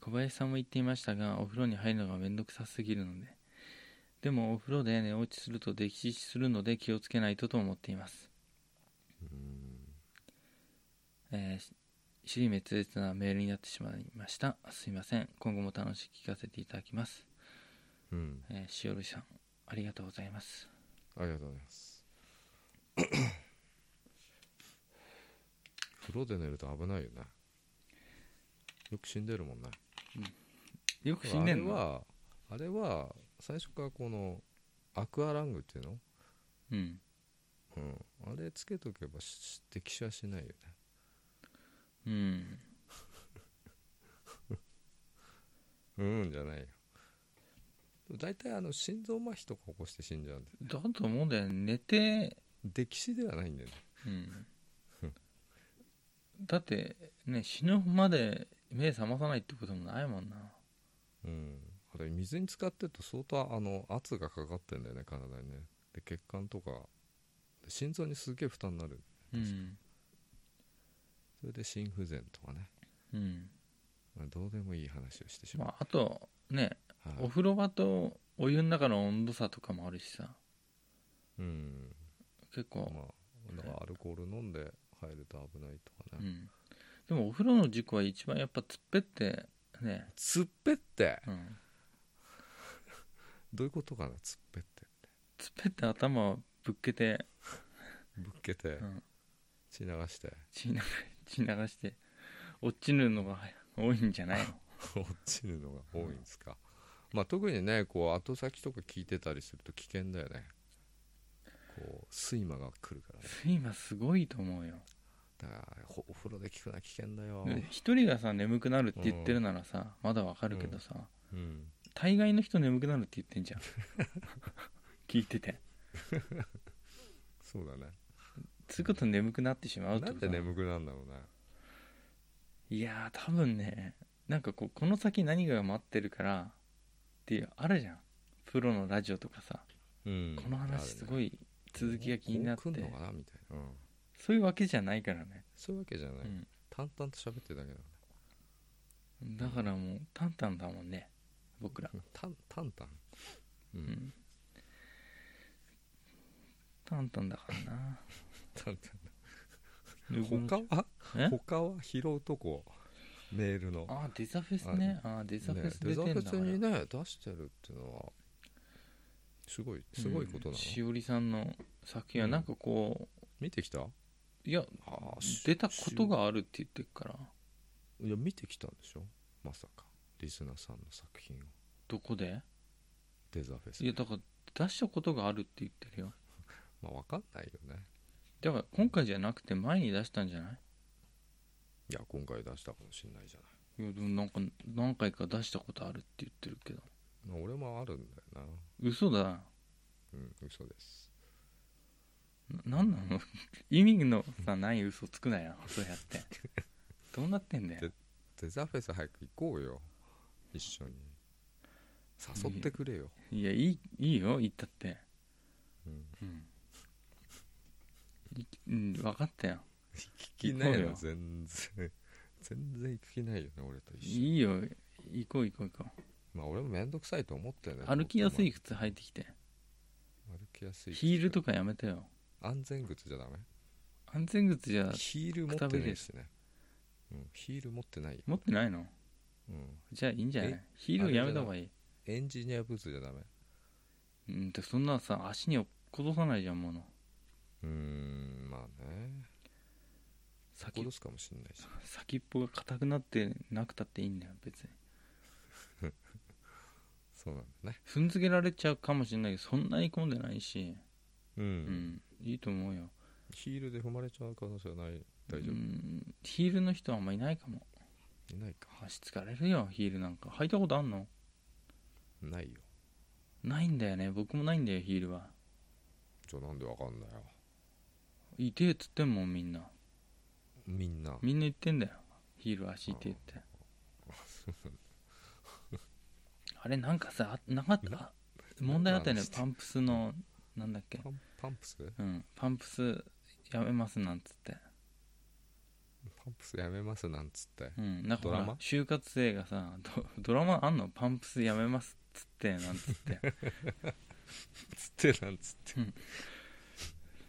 [SPEAKER 1] 小林さんも言っていましたがお風呂に入るのがめんどくさすぎるのででもお風呂で寝落ちすると溺死するので気をつけないとと思っています
[SPEAKER 2] うん
[SPEAKER 1] えー、尻滅裂なメールになってしまいましたすいません今後も楽しく聞かせていただきます、
[SPEAKER 2] うん
[SPEAKER 1] えー、しおるさんありがとうございます
[SPEAKER 2] ありがとうございます 風呂で寝ると危ないよねよく死んでるもんね
[SPEAKER 1] よく死んでん
[SPEAKER 2] あれ
[SPEAKER 1] の
[SPEAKER 2] はあれは最初からこのアクアラングっていうの、
[SPEAKER 1] うん
[SPEAKER 2] うん、あれつけとけばし溺死はしないよね
[SPEAKER 1] うん
[SPEAKER 2] うんじゃないよ大体あの心臓麻痺とか起こして死んじゃうんで
[SPEAKER 1] だと思うんだよね寝て、
[SPEAKER 2] 溺死ではないんだよね
[SPEAKER 1] うん、だってね死ぬまで目覚まさないってこともないもんな
[SPEAKER 2] うんあれ水に浸かってると相当あの圧がかかってんだよね体にねで血管とかで心臓にすげえ負担になる
[SPEAKER 1] うん
[SPEAKER 2] それで心不全とかね
[SPEAKER 1] うん
[SPEAKER 2] まあどうでもいい話をしてしまう、
[SPEAKER 1] まああとね
[SPEAKER 2] はい
[SPEAKER 1] お風呂場とお湯の中の温度差とかもあるしさ
[SPEAKER 2] うん
[SPEAKER 1] 結構、
[SPEAKER 2] まあ、だからアルコール飲んで入ると危ないとか
[SPEAKER 1] う
[SPEAKER 2] ね、
[SPEAKER 1] ん、でもお風呂の事故は一番やっぱつっぺってね、
[SPEAKER 2] つっぺって
[SPEAKER 1] うん、
[SPEAKER 2] どういうことかなつっぺって
[SPEAKER 1] つっぺって頭をぶっけて、
[SPEAKER 2] ぶっけて
[SPEAKER 1] うん、
[SPEAKER 2] 血流して
[SPEAKER 1] 血流血流して落ちるのが多いんじゃ ないの
[SPEAKER 2] 落ちるのが多いんですか、まあ特にねこう後先とか聞いてたりすると危険だよねこう睡魔が来るからね
[SPEAKER 1] 睡魔すごいと思うよ
[SPEAKER 2] だからほお風呂で聞くのは危険だよ、
[SPEAKER 1] で一人がさ眠くなるって言ってるならさまだわかるけどさ、
[SPEAKER 2] うん、
[SPEAKER 1] 大概の人眠くなるって言ってんじゃん 聞いてて
[SPEAKER 2] そうだね
[SPEAKER 1] つうこと眠くなってしまうって
[SPEAKER 2] な
[SPEAKER 1] こ
[SPEAKER 2] ん
[SPEAKER 1] と
[SPEAKER 2] で
[SPEAKER 1] だ
[SPEAKER 2] 眠くなんだろうね
[SPEAKER 1] いやー多分ねなんかこうこの先何が待ってるからっていうあるじゃんプロのラジオとかさ
[SPEAKER 2] うん
[SPEAKER 1] この話すご
[SPEAKER 2] い
[SPEAKER 1] い続きが気になっ
[SPEAKER 2] こう
[SPEAKER 1] て
[SPEAKER 2] 来んのかなみたいな、うん、
[SPEAKER 1] そういうわけじゃないからね、
[SPEAKER 2] そういうわけじゃない、
[SPEAKER 1] うん、
[SPEAKER 2] 淡々と喋ってるだけだ
[SPEAKER 1] だからもうタンタンだもんね僕ら、
[SPEAKER 2] たんたんたんう
[SPEAKER 1] うんん、タンタンだからな
[SPEAKER 2] たんた
[SPEAKER 1] 無言
[SPEAKER 2] ん他は
[SPEAKER 1] え
[SPEAKER 2] 他は拾うとこメールの
[SPEAKER 1] ああデザフェスねああデザフェス出てんだ
[SPEAKER 2] ねデザフ
[SPEAKER 1] か
[SPEAKER 2] ェ
[SPEAKER 1] ら、
[SPEAKER 2] スにね出してるっていうのはすごいすごいことなの、
[SPEAKER 1] うんしおりさんの作品はなんかこう、
[SPEAKER 2] 見てきたあ
[SPEAKER 1] いや
[SPEAKER 2] ーし
[SPEAKER 1] 出たことがあるって言ってるから
[SPEAKER 2] いや見てきたんでしょまさかリスナーさんの作品を
[SPEAKER 1] どこで
[SPEAKER 2] デザフェス
[SPEAKER 1] いやだから出したことがあるって言ってるよ
[SPEAKER 2] まあ分かんないよね
[SPEAKER 1] だから今回じゃなくて前に出したんじゃない
[SPEAKER 2] いや今回出したかもしれないじゃ
[SPEAKER 1] いやでもなんか何回か出したことあるって言ってるけど
[SPEAKER 2] ない、まあ、俺もあるんだよな
[SPEAKER 1] 嘘だ
[SPEAKER 2] うん嘘です
[SPEAKER 1] ななんなの 意味のさない嘘つくなよそうやってどうなってんだよ
[SPEAKER 2] デザフェス早く行こうよ一緒に誘ってくれよ、
[SPEAKER 1] いやいいいいよ言ったって
[SPEAKER 2] うん、
[SPEAKER 1] うん、いうん、分かったよ
[SPEAKER 2] 行く気ない
[SPEAKER 1] 行こう
[SPEAKER 2] よ
[SPEAKER 1] よ
[SPEAKER 2] 全然全然行く気ないよね俺と一緒に
[SPEAKER 1] いいよ行こう行こう行こ
[SPEAKER 2] まあ俺も面倒くさいと思ったよね
[SPEAKER 1] う歩きやすい
[SPEAKER 2] 歩
[SPEAKER 1] 靴履いてきて
[SPEAKER 2] きやすい靴
[SPEAKER 1] ヒールとかやめてよ
[SPEAKER 2] 安全靴じゃダ
[SPEAKER 1] 安全靴じゃ
[SPEAKER 2] メヒール持っ
[SPEAKER 1] くた
[SPEAKER 2] て
[SPEAKER 1] び
[SPEAKER 2] な
[SPEAKER 1] れ
[SPEAKER 2] いしね、うん、ヒール持ってないよ、
[SPEAKER 1] 持ってないの
[SPEAKER 2] うん、
[SPEAKER 1] じゃあいいんじゃな
[SPEAKER 2] え
[SPEAKER 1] いヒールやめた方がいい
[SPEAKER 2] エンジニアブーツじゃダメ
[SPEAKER 1] うんでそんなさ足に落っことさないじゃんもの
[SPEAKER 2] うーんまあね
[SPEAKER 1] 先
[SPEAKER 2] 殺すかもしんないし
[SPEAKER 1] 先っぽが硬くなってなくたっていいんだよ別に
[SPEAKER 2] そうなんだね
[SPEAKER 1] 踏んづけられちゃうかもしれないけどそんなに混んでないし
[SPEAKER 2] うん、
[SPEAKER 1] うん、いいと思うよ
[SPEAKER 2] ヒールで踏まれちゃう可能性はない大丈
[SPEAKER 1] う
[SPEAKER 2] 夫、
[SPEAKER 1] んヒールの人はあんまいないかも
[SPEAKER 2] いないか
[SPEAKER 1] 足疲れるよヒールなんか履いたことあんの
[SPEAKER 2] ないよ
[SPEAKER 1] ないんだよね僕もないんだよヒールは
[SPEAKER 2] じゃあなんでわかんないよ
[SPEAKER 1] 痛えっつってんもんみんな
[SPEAKER 2] みんな
[SPEAKER 1] みんな言ってんだよヒール足痛え ってあれなんかさなかった問題あったよね
[SPEAKER 2] なんか
[SPEAKER 1] パンプスのなんだっけ
[SPEAKER 2] パンパンプス
[SPEAKER 1] うんパンプスやめますなんつって
[SPEAKER 2] パンプスやめますなんつって
[SPEAKER 1] うんなんかほ
[SPEAKER 2] ドラ
[SPEAKER 1] ら
[SPEAKER 2] マ
[SPEAKER 1] 就活生がさド ドラマあんのパンプスやめますっつってなんつって
[SPEAKER 2] つってなんつっ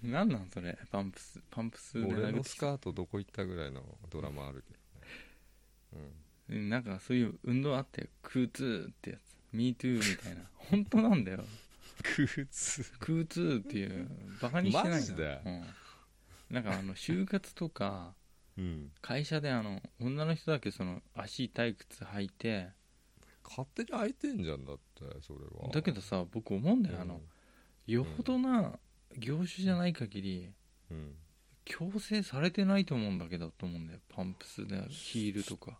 [SPEAKER 2] て
[SPEAKER 1] なんなんそれパンプスパンプス
[SPEAKER 2] 俺
[SPEAKER 1] 並べ
[SPEAKER 2] の
[SPEAKER 1] て
[SPEAKER 2] スカートどこ行ったぐらいのドラマあるけど ね、
[SPEAKER 1] うんなんかそういう運動あったよ空通ってやつ MeToo み たいな本当なんだよ
[SPEAKER 2] うん、クーツ
[SPEAKER 1] 空通っていうバカにしてないの
[SPEAKER 2] マジで
[SPEAKER 1] うん、なんかあの就活とか
[SPEAKER 2] うん
[SPEAKER 1] 会社であの女の人だけその足退屈履いて
[SPEAKER 2] 勝手に開いてんじゃんだってそれは
[SPEAKER 1] だけどさ僕思うんだよ、あのよほどな業種じゃない限り
[SPEAKER 2] うん、うん
[SPEAKER 1] 強制されてないと思うんだけどと思うんだよパンプスでヒールとか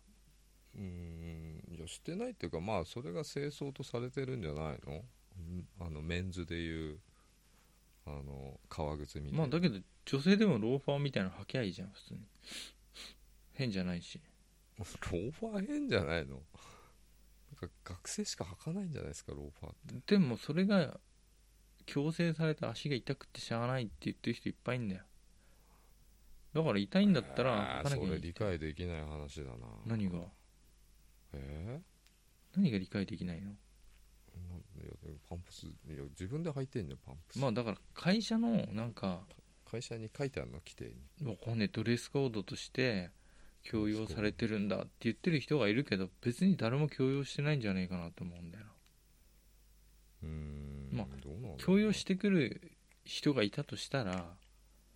[SPEAKER 2] うーんいやしてないっていうかまあそれが清掃とされてるんじゃないのうんあのメンズでいうあの革靴みたい
[SPEAKER 1] ま
[SPEAKER 2] な、
[SPEAKER 1] あだけど女性でもローファーみたいなの履きゃいいじゃん普通に変じゃないし
[SPEAKER 2] ローファー変じゃないのなんか学生しか履かないんじゃないですかローファーって
[SPEAKER 1] でもそれが強制されて足が痛くてしゃあないって言ってる人いっぱいいんだよだから痛いんだったら履
[SPEAKER 2] あー
[SPEAKER 1] かなきゃ
[SPEAKER 2] そ
[SPEAKER 1] い
[SPEAKER 2] れ
[SPEAKER 1] い
[SPEAKER 2] 理解できない話だな
[SPEAKER 1] 何が
[SPEAKER 2] え
[SPEAKER 1] 何が理解できないの
[SPEAKER 2] ー、なんいやでもパンプスいや自分で履いてんじゃんパンプス、
[SPEAKER 1] まあだから会社のなんか
[SPEAKER 2] 会社に書いてあるの規定に
[SPEAKER 1] わかんねえドレスコードとして強要されてるんだって言ってる人がいるけど別に誰も強要してないんじゃないかなと思うんだよな
[SPEAKER 2] うーん
[SPEAKER 1] まあ
[SPEAKER 2] どうなんだろうな
[SPEAKER 1] 強要してくる人がいたとしたら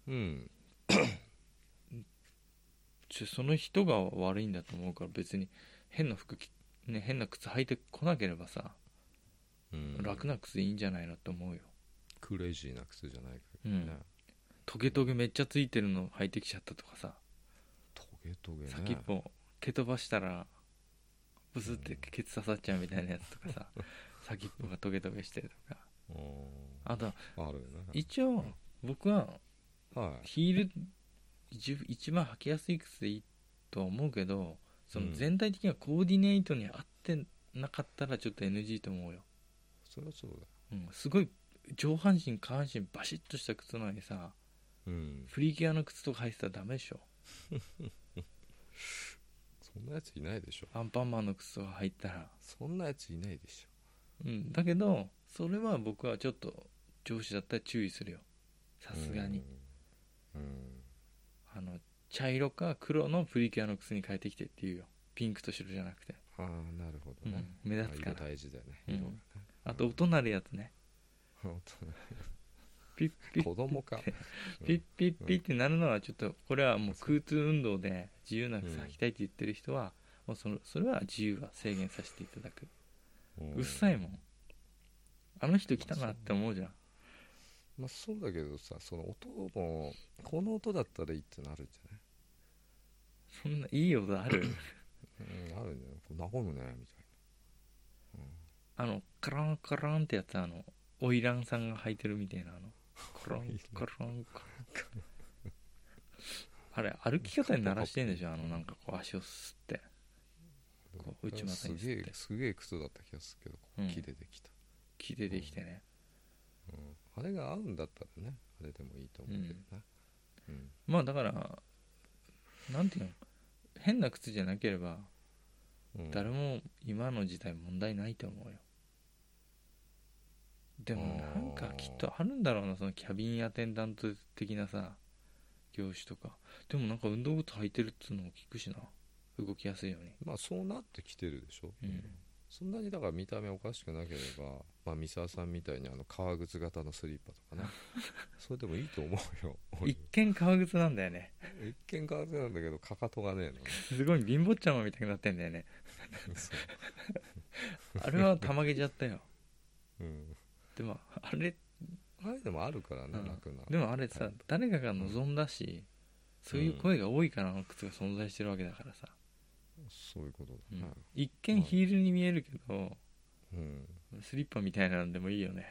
[SPEAKER 2] うん
[SPEAKER 1] ちょその人が悪いんだと思うから別に変な服着、ね、変な靴履いてこなければさ
[SPEAKER 2] うん
[SPEAKER 1] 楽な靴でいいんじゃないのと思うよ
[SPEAKER 2] クレイジーな靴じゃないから
[SPEAKER 1] うんトゲトゲめっちゃついてるの履いてきちゃったとかさ
[SPEAKER 2] トゲトゲね
[SPEAKER 1] 先っぽ蹴飛ばしたらブスってケツ刺さっちゃうみたいなやつと かさ先っぽがトゲトゲしてるとか
[SPEAKER 2] うん
[SPEAKER 1] あとは
[SPEAKER 2] あるよね
[SPEAKER 1] 一応僕は
[SPEAKER 2] はい
[SPEAKER 1] ヒール一一番履きやすい靴でいいとは思うけどその全体的にはコーディネートに合ってなかったらちょっと NG と思うよ、
[SPEAKER 2] そりゃそうだ
[SPEAKER 1] うん、すごい上半身下半身バシッとした靴なのにさ
[SPEAKER 2] うん
[SPEAKER 1] フリーギアの靴とか履いてたらダメでしょ
[SPEAKER 2] そんなやついないでしょ
[SPEAKER 1] アンパンマンの靴とか履いてたら
[SPEAKER 2] そんなやついないでし
[SPEAKER 1] うんだけどそれは僕はちょっと上司だったら注意するよ
[SPEAKER 2] ょ
[SPEAKER 1] さすがに
[SPEAKER 2] うんうん
[SPEAKER 1] あの茶色か黒のプリキュアの靴に変えてきてっていうよピンクと白じゃなくて
[SPEAKER 2] ああなるほどね
[SPEAKER 1] うん目立つから
[SPEAKER 2] まあ色大事だよね
[SPEAKER 1] うん
[SPEAKER 2] 色がね
[SPEAKER 1] あと音鳴るやつね
[SPEAKER 2] 本当ね
[SPEAKER 1] ピッピッ
[SPEAKER 2] 子 供か
[SPEAKER 1] ピッピッピッってなるのはちょっとこれはもう空通運動で自由な靴履きたいって言ってる人はもうそのそれは自由は制限させていただくうっさ
[SPEAKER 2] い
[SPEAKER 1] いもんあの人来たなって思うじゃん
[SPEAKER 2] まあそうだけどさその音もこの音だったらいいってなるんじ
[SPEAKER 1] そんないい音ある
[SPEAKER 2] ゃないうんあるんじゃないこう和むねみたい
[SPEAKER 1] あのカランカランってやつあのオイランさんが履いてるみたいなあのカランカランカランあれ歩き方に鳴らしてんでしょあのなんかこう足をすって
[SPEAKER 2] な
[SPEAKER 1] こう内股に
[SPEAKER 2] す
[SPEAKER 1] 吸
[SPEAKER 2] げ
[SPEAKER 1] っ
[SPEAKER 2] え
[SPEAKER 1] て
[SPEAKER 2] すげえ靴だった気がするけどこ
[SPEAKER 1] うん
[SPEAKER 2] う木でできた
[SPEAKER 1] 木でできてね
[SPEAKER 2] うんあれが合うんだったらねあれでもいいと思うけどなうん
[SPEAKER 1] まあだからなんていうの変な靴じゃなければ
[SPEAKER 2] うん
[SPEAKER 1] 誰も今の時代問題ないと思うよでもなんかきっとあるんだろうなそのキャビンアテンダント的なさ業種とかでもなんか運動靴履いてるっつうのも聞くしな動きやすいように
[SPEAKER 2] まあそうなってきてるでしょ、
[SPEAKER 1] うん
[SPEAKER 2] そんなにだから見た目おかしくなければ、まあ、三沢さんみたいにあの革靴型のスリッパ とかねそれでもいいと思うよ俺
[SPEAKER 1] 一見革靴なんだよね
[SPEAKER 2] 一見革靴なんだけどかかとがね
[SPEAKER 1] すごい貧乏ちゃまみたいになってんだよね
[SPEAKER 2] えのねそ
[SPEAKER 1] あれはたまげちゃったよ
[SPEAKER 2] う、うん、
[SPEAKER 1] でもあれ
[SPEAKER 2] あれでもあるからね、
[SPEAKER 1] うん
[SPEAKER 2] 楽な
[SPEAKER 1] でもあれさ、
[SPEAKER 2] はい
[SPEAKER 1] 誰かが望んだし、そういう声が多いからあの靴が存在してるわけだからさ、
[SPEAKER 2] そういうこと
[SPEAKER 1] う
[SPEAKER 2] だ
[SPEAKER 1] ん
[SPEAKER 2] ね、
[SPEAKER 1] 一見ヒールに見えるけど、
[SPEAKER 2] うん
[SPEAKER 1] スリッパみたいなんでもいいよね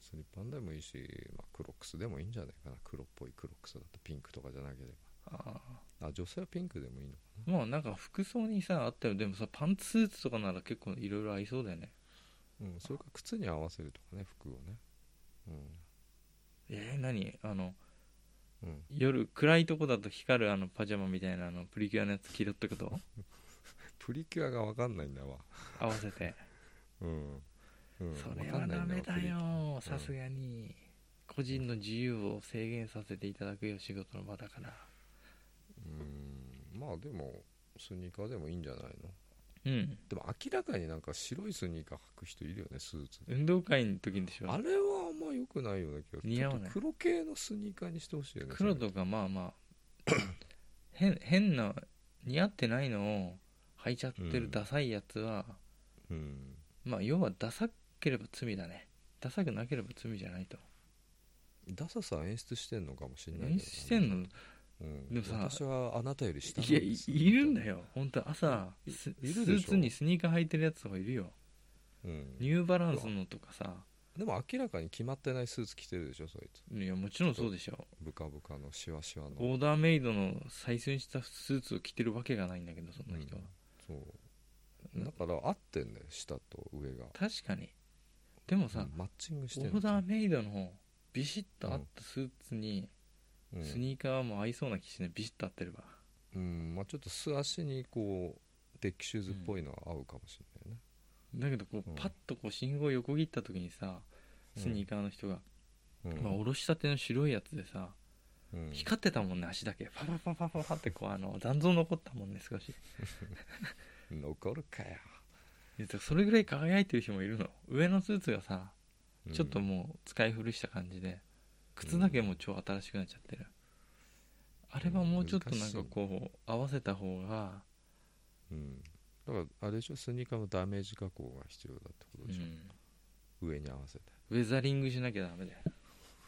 [SPEAKER 2] 別にパンダでもいいし、まあ、クロックスでもいいんじゃないかな黒っぽいクロックスだとピンクとかじゃなけれ
[SPEAKER 1] あ
[SPEAKER 2] ばあ女性はピンクでもいいのか
[SPEAKER 1] あまあなんか服装にさあったよでもさパンツスーツとかなら結構いろいろ合いそうだよね
[SPEAKER 2] な、うん、それか靴に合わせるとかね服をね
[SPEAKER 1] えー、何あの
[SPEAKER 2] うんうん
[SPEAKER 1] 夜暗いとこだと光るあのパジャマみたいなあのプリキュアのやつ着ろって こと
[SPEAKER 2] プリキュアが分かんないんだわ
[SPEAKER 1] 合わせて
[SPEAKER 2] うん、うん、
[SPEAKER 1] そ
[SPEAKER 2] 分
[SPEAKER 1] れ
[SPEAKER 2] か
[SPEAKER 1] は
[SPEAKER 2] んない
[SPEAKER 1] ダ
[SPEAKER 2] んだ
[SPEAKER 1] メ
[SPEAKER 2] わ
[SPEAKER 1] だ
[SPEAKER 2] プリ
[SPEAKER 1] よさすがに個人の自由を制限させていただくよ仕事の場だから
[SPEAKER 2] うんまあでもスニーカーでもいいんじゃないの
[SPEAKER 1] うん
[SPEAKER 2] でも明らかになんか白いスニーカー履く人いるよねスーツで
[SPEAKER 1] 運動会の時でし
[SPEAKER 2] あ
[SPEAKER 1] ょ
[SPEAKER 2] れはあんま良くないような気がする
[SPEAKER 1] 似合わない
[SPEAKER 2] ちょっと黒系のスニーカーにしてほしいよね
[SPEAKER 1] 黒とかまあまあ 変変な似合ってないのを履いちゃって
[SPEAKER 2] う
[SPEAKER 1] る
[SPEAKER 2] ん
[SPEAKER 1] ダサいやつは、
[SPEAKER 2] それうん
[SPEAKER 1] まあ要はダサければ罪だねダサくなければ罪じゃないと
[SPEAKER 2] ダサさ演出してんのかもしれないけど
[SPEAKER 1] 演出してんの
[SPEAKER 2] うん、
[SPEAKER 1] でもさ
[SPEAKER 2] 私はあなたより下なん
[SPEAKER 1] いやい
[SPEAKER 2] です
[SPEAKER 1] いるんだよ本当朝
[SPEAKER 2] い
[SPEAKER 1] ス
[SPEAKER 2] いる
[SPEAKER 1] ス
[SPEAKER 2] でし
[SPEAKER 1] ー
[SPEAKER 2] ょ
[SPEAKER 1] ツにスニーカー履いてるやつとかいるよ
[SPEAKER 2] うん
[SPEAKER 1] ニューバランスのとかさ
[SPEAKER 2] でも明らかに決まってないスーツ着てるでしょそいつ
[SPEAKER 1] いやもちろんそうでしょ
[SPEAKER 2] ブカブカのシワシワの
[SPEAKER 1] オーダーメイドの採寸したスーツを着てるわけがないんだけどそんな人は、
[SPEAKER 2] そうだから合ってんだよ下と上が
[SPEAKER 1] 確かにでもさ、
[SPEAKER 2] うんマッチングし
[SPEAKER 1] オ
[SPEAKER 2] てん
[SPEAKER 1] ー
[SPEAKER 2] の
[SPEAKER 1] ダーメイドのビシッと合ったスーツに
[SPEAKER 2] うん
[SPEAKER 1] スニーカーも合いそうな気しないビシッと合ってれば
[SPEAKER 2] うんまあちょっと素足にこうデッキシューズっぽいのは合うかもしれないね、
[SPEAKER 1] だけどこう
[SPEAKER 2] うん
[SPEAKER 1] パッとこう信号を横切った時にさ
[SPEAKER 2] うん
[SPEAKER 1] スニーカーの人が、
[SPEAKER 2] うん
[SPEAKER 1] まあ、おろしたての白いやつでさ
[SPEAKER 2] うん
[SPEAKER 1] 光ってたもんね足だけパパパパパパってこうあの残像残ったもんね少し
[SPEAKER 2] 残るかよ、
[SPEAKER 1] いやそれぐらい輝いてる人もいるの上のスーツがさ
[SPEAKER 2] うん
[SPEAKER 1] ちょっともう使い古した感じで靴だけもう超新しくなっちゃってる、あれはもうちょっとなんかこう合わせた方が、
[SPEAKER 2] うん、だからあれでしょスニーカーのダメージ加工が必要だってこと
[SPEAKER 1] う
[SPEAKER 2] でしょ、
[SPEAKER 1] ん
[SPEAKER 2] 上に合わせて
[SPEAKER 1] ウェザリングしなきゃダメだよ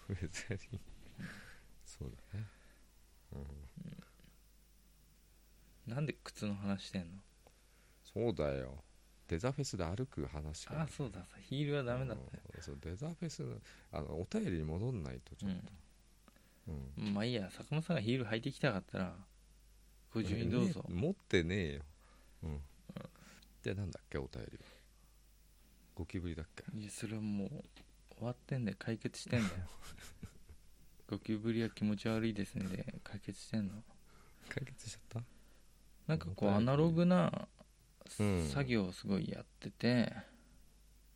[SPEAKER 2] 上ゼリーそうだね、うん、
[SPEAKER 1] なんで靴の話してんの
[SPEAKER 2] そうだよデザフェスで歩く話
[SPEAKER 1] ああそうださヒールはダメだっ
[SPEAKER 2] うんそうデザフェスのあのお便りに戻んないとち
[SPEAKER 1] た
[SPEAKER 2] ょっ
[SPEAKER 1] よ、
[SPEAKER 2] と、うん
[SPEAKER 1] うん、まあいいや坂本さんがヒール履いてきたかったらご自由にどうぞ
[SPEAKER 2] ね持ってねえようんでなんだっけお便りはゴキブリだっけ
[SPEAKER 1] いやそれはもう終わってんだよ解決してん だよゴキブリは気持ち悪いですねで解決してんの
[SPEAKER 2] 解決しちゃっ
[SPEAKER 1] なんかこうアナログな
[SPEAKER 2] うん
[SPEAKER 1] 作業をすごいやってて、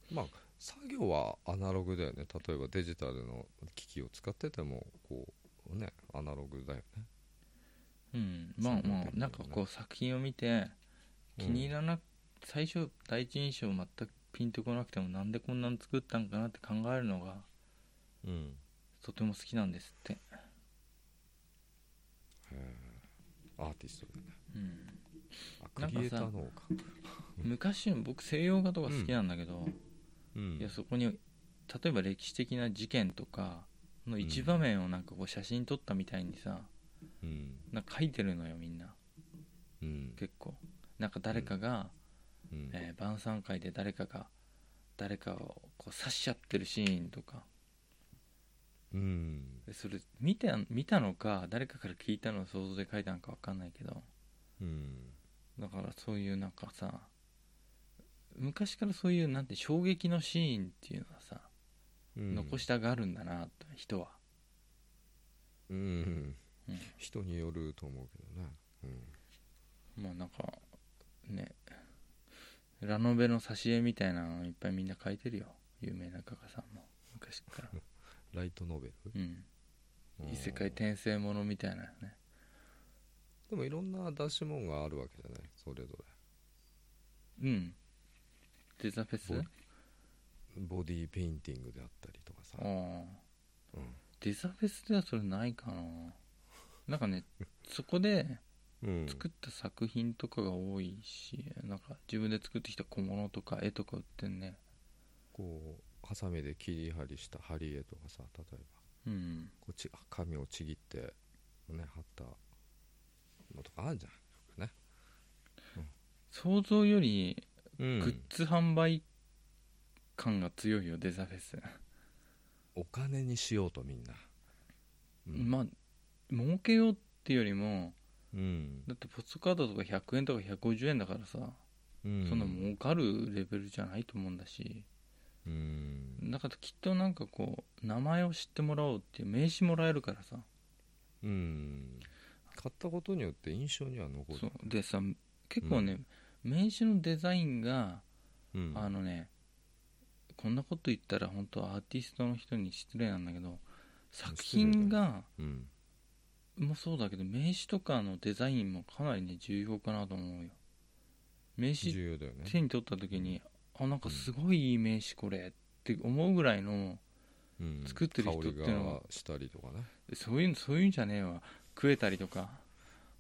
[SPEAKER 2] たまあ作業はアナログだよね例えばデジタルの機器を使っててもこうねアナログだよね
[SPEAKER 1] うん、まあ
[SPEAKER 2] そう
[SPEAKER 1] ま
[SPEAKER 2] なんだ
[SPEAKER 1] あ
[SPEAKER 2] けどね
[SPEAKER 1] なんかこう作品を見て気に入らな、最初第一印象全くピンとこなくてもなんでこんなの作ったんかなって考えるのが
[SPEAKER 2] うん
[SPEAKER 1] とても好きなんですって、
[SPEAKER 2] アーティストだよね
[SPEAKER 1] うん、
[SPEAKER 2] あ
[SPEAKER 1] なんかさ
[SPEAKER 2] クリエイターの方か
[SPEAKER 1] 昔僕西洋画とか好きなんだけど、
[SPEAKER 2] うん
[SPEAKER 1] いやそこに例えば歴史的な事件とかの一場面をなんかこう写真撮ったみたいにさ
[SPEAKER 2] うん
[SPEAKER 1] なんか書いてるのよみんな
[SPEAKER 2] うん
[SPEAKER 1] 結構なんか誰かが、
[SPEAKER 2] うん
[SPEAKER 1] えー晩餐会で誰かが誰かをこう刺しちゃってるシーンとか
[SPEAKER 2] うん
[SPEAKER 1] でそれ見て見たのか誰かから聞いたのを想像で書いたのか分かんないけど
[SPEAKER 2] うん
[SPEAKER 1] だからそういうなんかさ昔からそういうなんて衝撃のシーンっていうのはさ、
[SPEAKER 2] うん
[SPEAKER 1] 残したがるんだなと人は、
[SPEAKER 2] うん
[SPEAKER 1] うん
[SPEAKER 2] 人によると思うけどねうん
[SPEAKER 1] まあなんかねラノベの挿絵みたいなのいっぱいみんな書いてるよ有名な画家さんも昔 から、
[SPEAKER 2] ライトノベ
[SPEAKER 1] うん、
[SPEAKER 2] ル
[SPEAKER 1] 異世界転生ものみたいなね
[SPEAKER 2] でもいろんな出し物があるわけじゃないそれぞ
[SPEAKER 1] うんデザフェス
[SPEAKER 2] ボれボディーペインティングであったりとかさ
[SPEAKER 1] あ、あ
[SPEAKER 2] うん
[SPEAKER 1] デザフェスではそれないかななんか ねそこで
[SPEAKER 2] うん、
[SPEAKER 1] 作った作品とかが多いし、なんか自分で作ってきた小物とか絵とか売ってんね
[SPEAKER 2] こうハサミで切り貼りした貼り絵とかさ例え
[SPEAKER 1] う
[SPEAKER 2] ば
[SPEAKER 1] ん
[SPEAKER 2] こうち紙をちぎってね貼ったのとかあるじゃん
[SPEAKER 1] 想像より
[SPEAKER 2] う
[SPEAKER 1] グッズ販売感が強いよ、デザフェス
[SPEAKER 2] お金にしようとみんなうん、
[SPEAKER 1] まあ儲けようっていうよりも
[SPEAKER 2] うん
[SPEAKER 1] だってポストカードとか100円とか150円だからさ、
[SPEAKER 2] うん、
[SPEAKER 1] そんな儲かるレベルじゃないと思うんだし
[SPEAKER 2] うん
[SPEAKER 1] だからきっとなんかこう名前を知ってもらおうっていう名刺もらえるからさ
[SPEAKER 2] うん買ったことによって印象には残る
[SPEAKER 1] そうでさ結構ね、名刺のデザインが、
[SPEAKER 2] うん
[SPEAKER 1] あのねこんなこと言ったら本当アーティストの人に失礼なんだけど作品が
[SPEAKER 2] うん
[SPEAKER 1] もそうだけど名刺とかのデザインもかなりね重要かなと思うよ名刺
[SPEAKER 2] 重要だよね
[SPEAKER 1] 手に取った時にあなんかすごいいい名刺これって思うぐらいの
[SPEAKER 2] うん
[SPEAKER 1] 作ってる人っていうのは
[SPEAKER 2] 香りがしたりとかね
[SPEAKER 1] そういうのそういうんじゃねえわ食えたりとか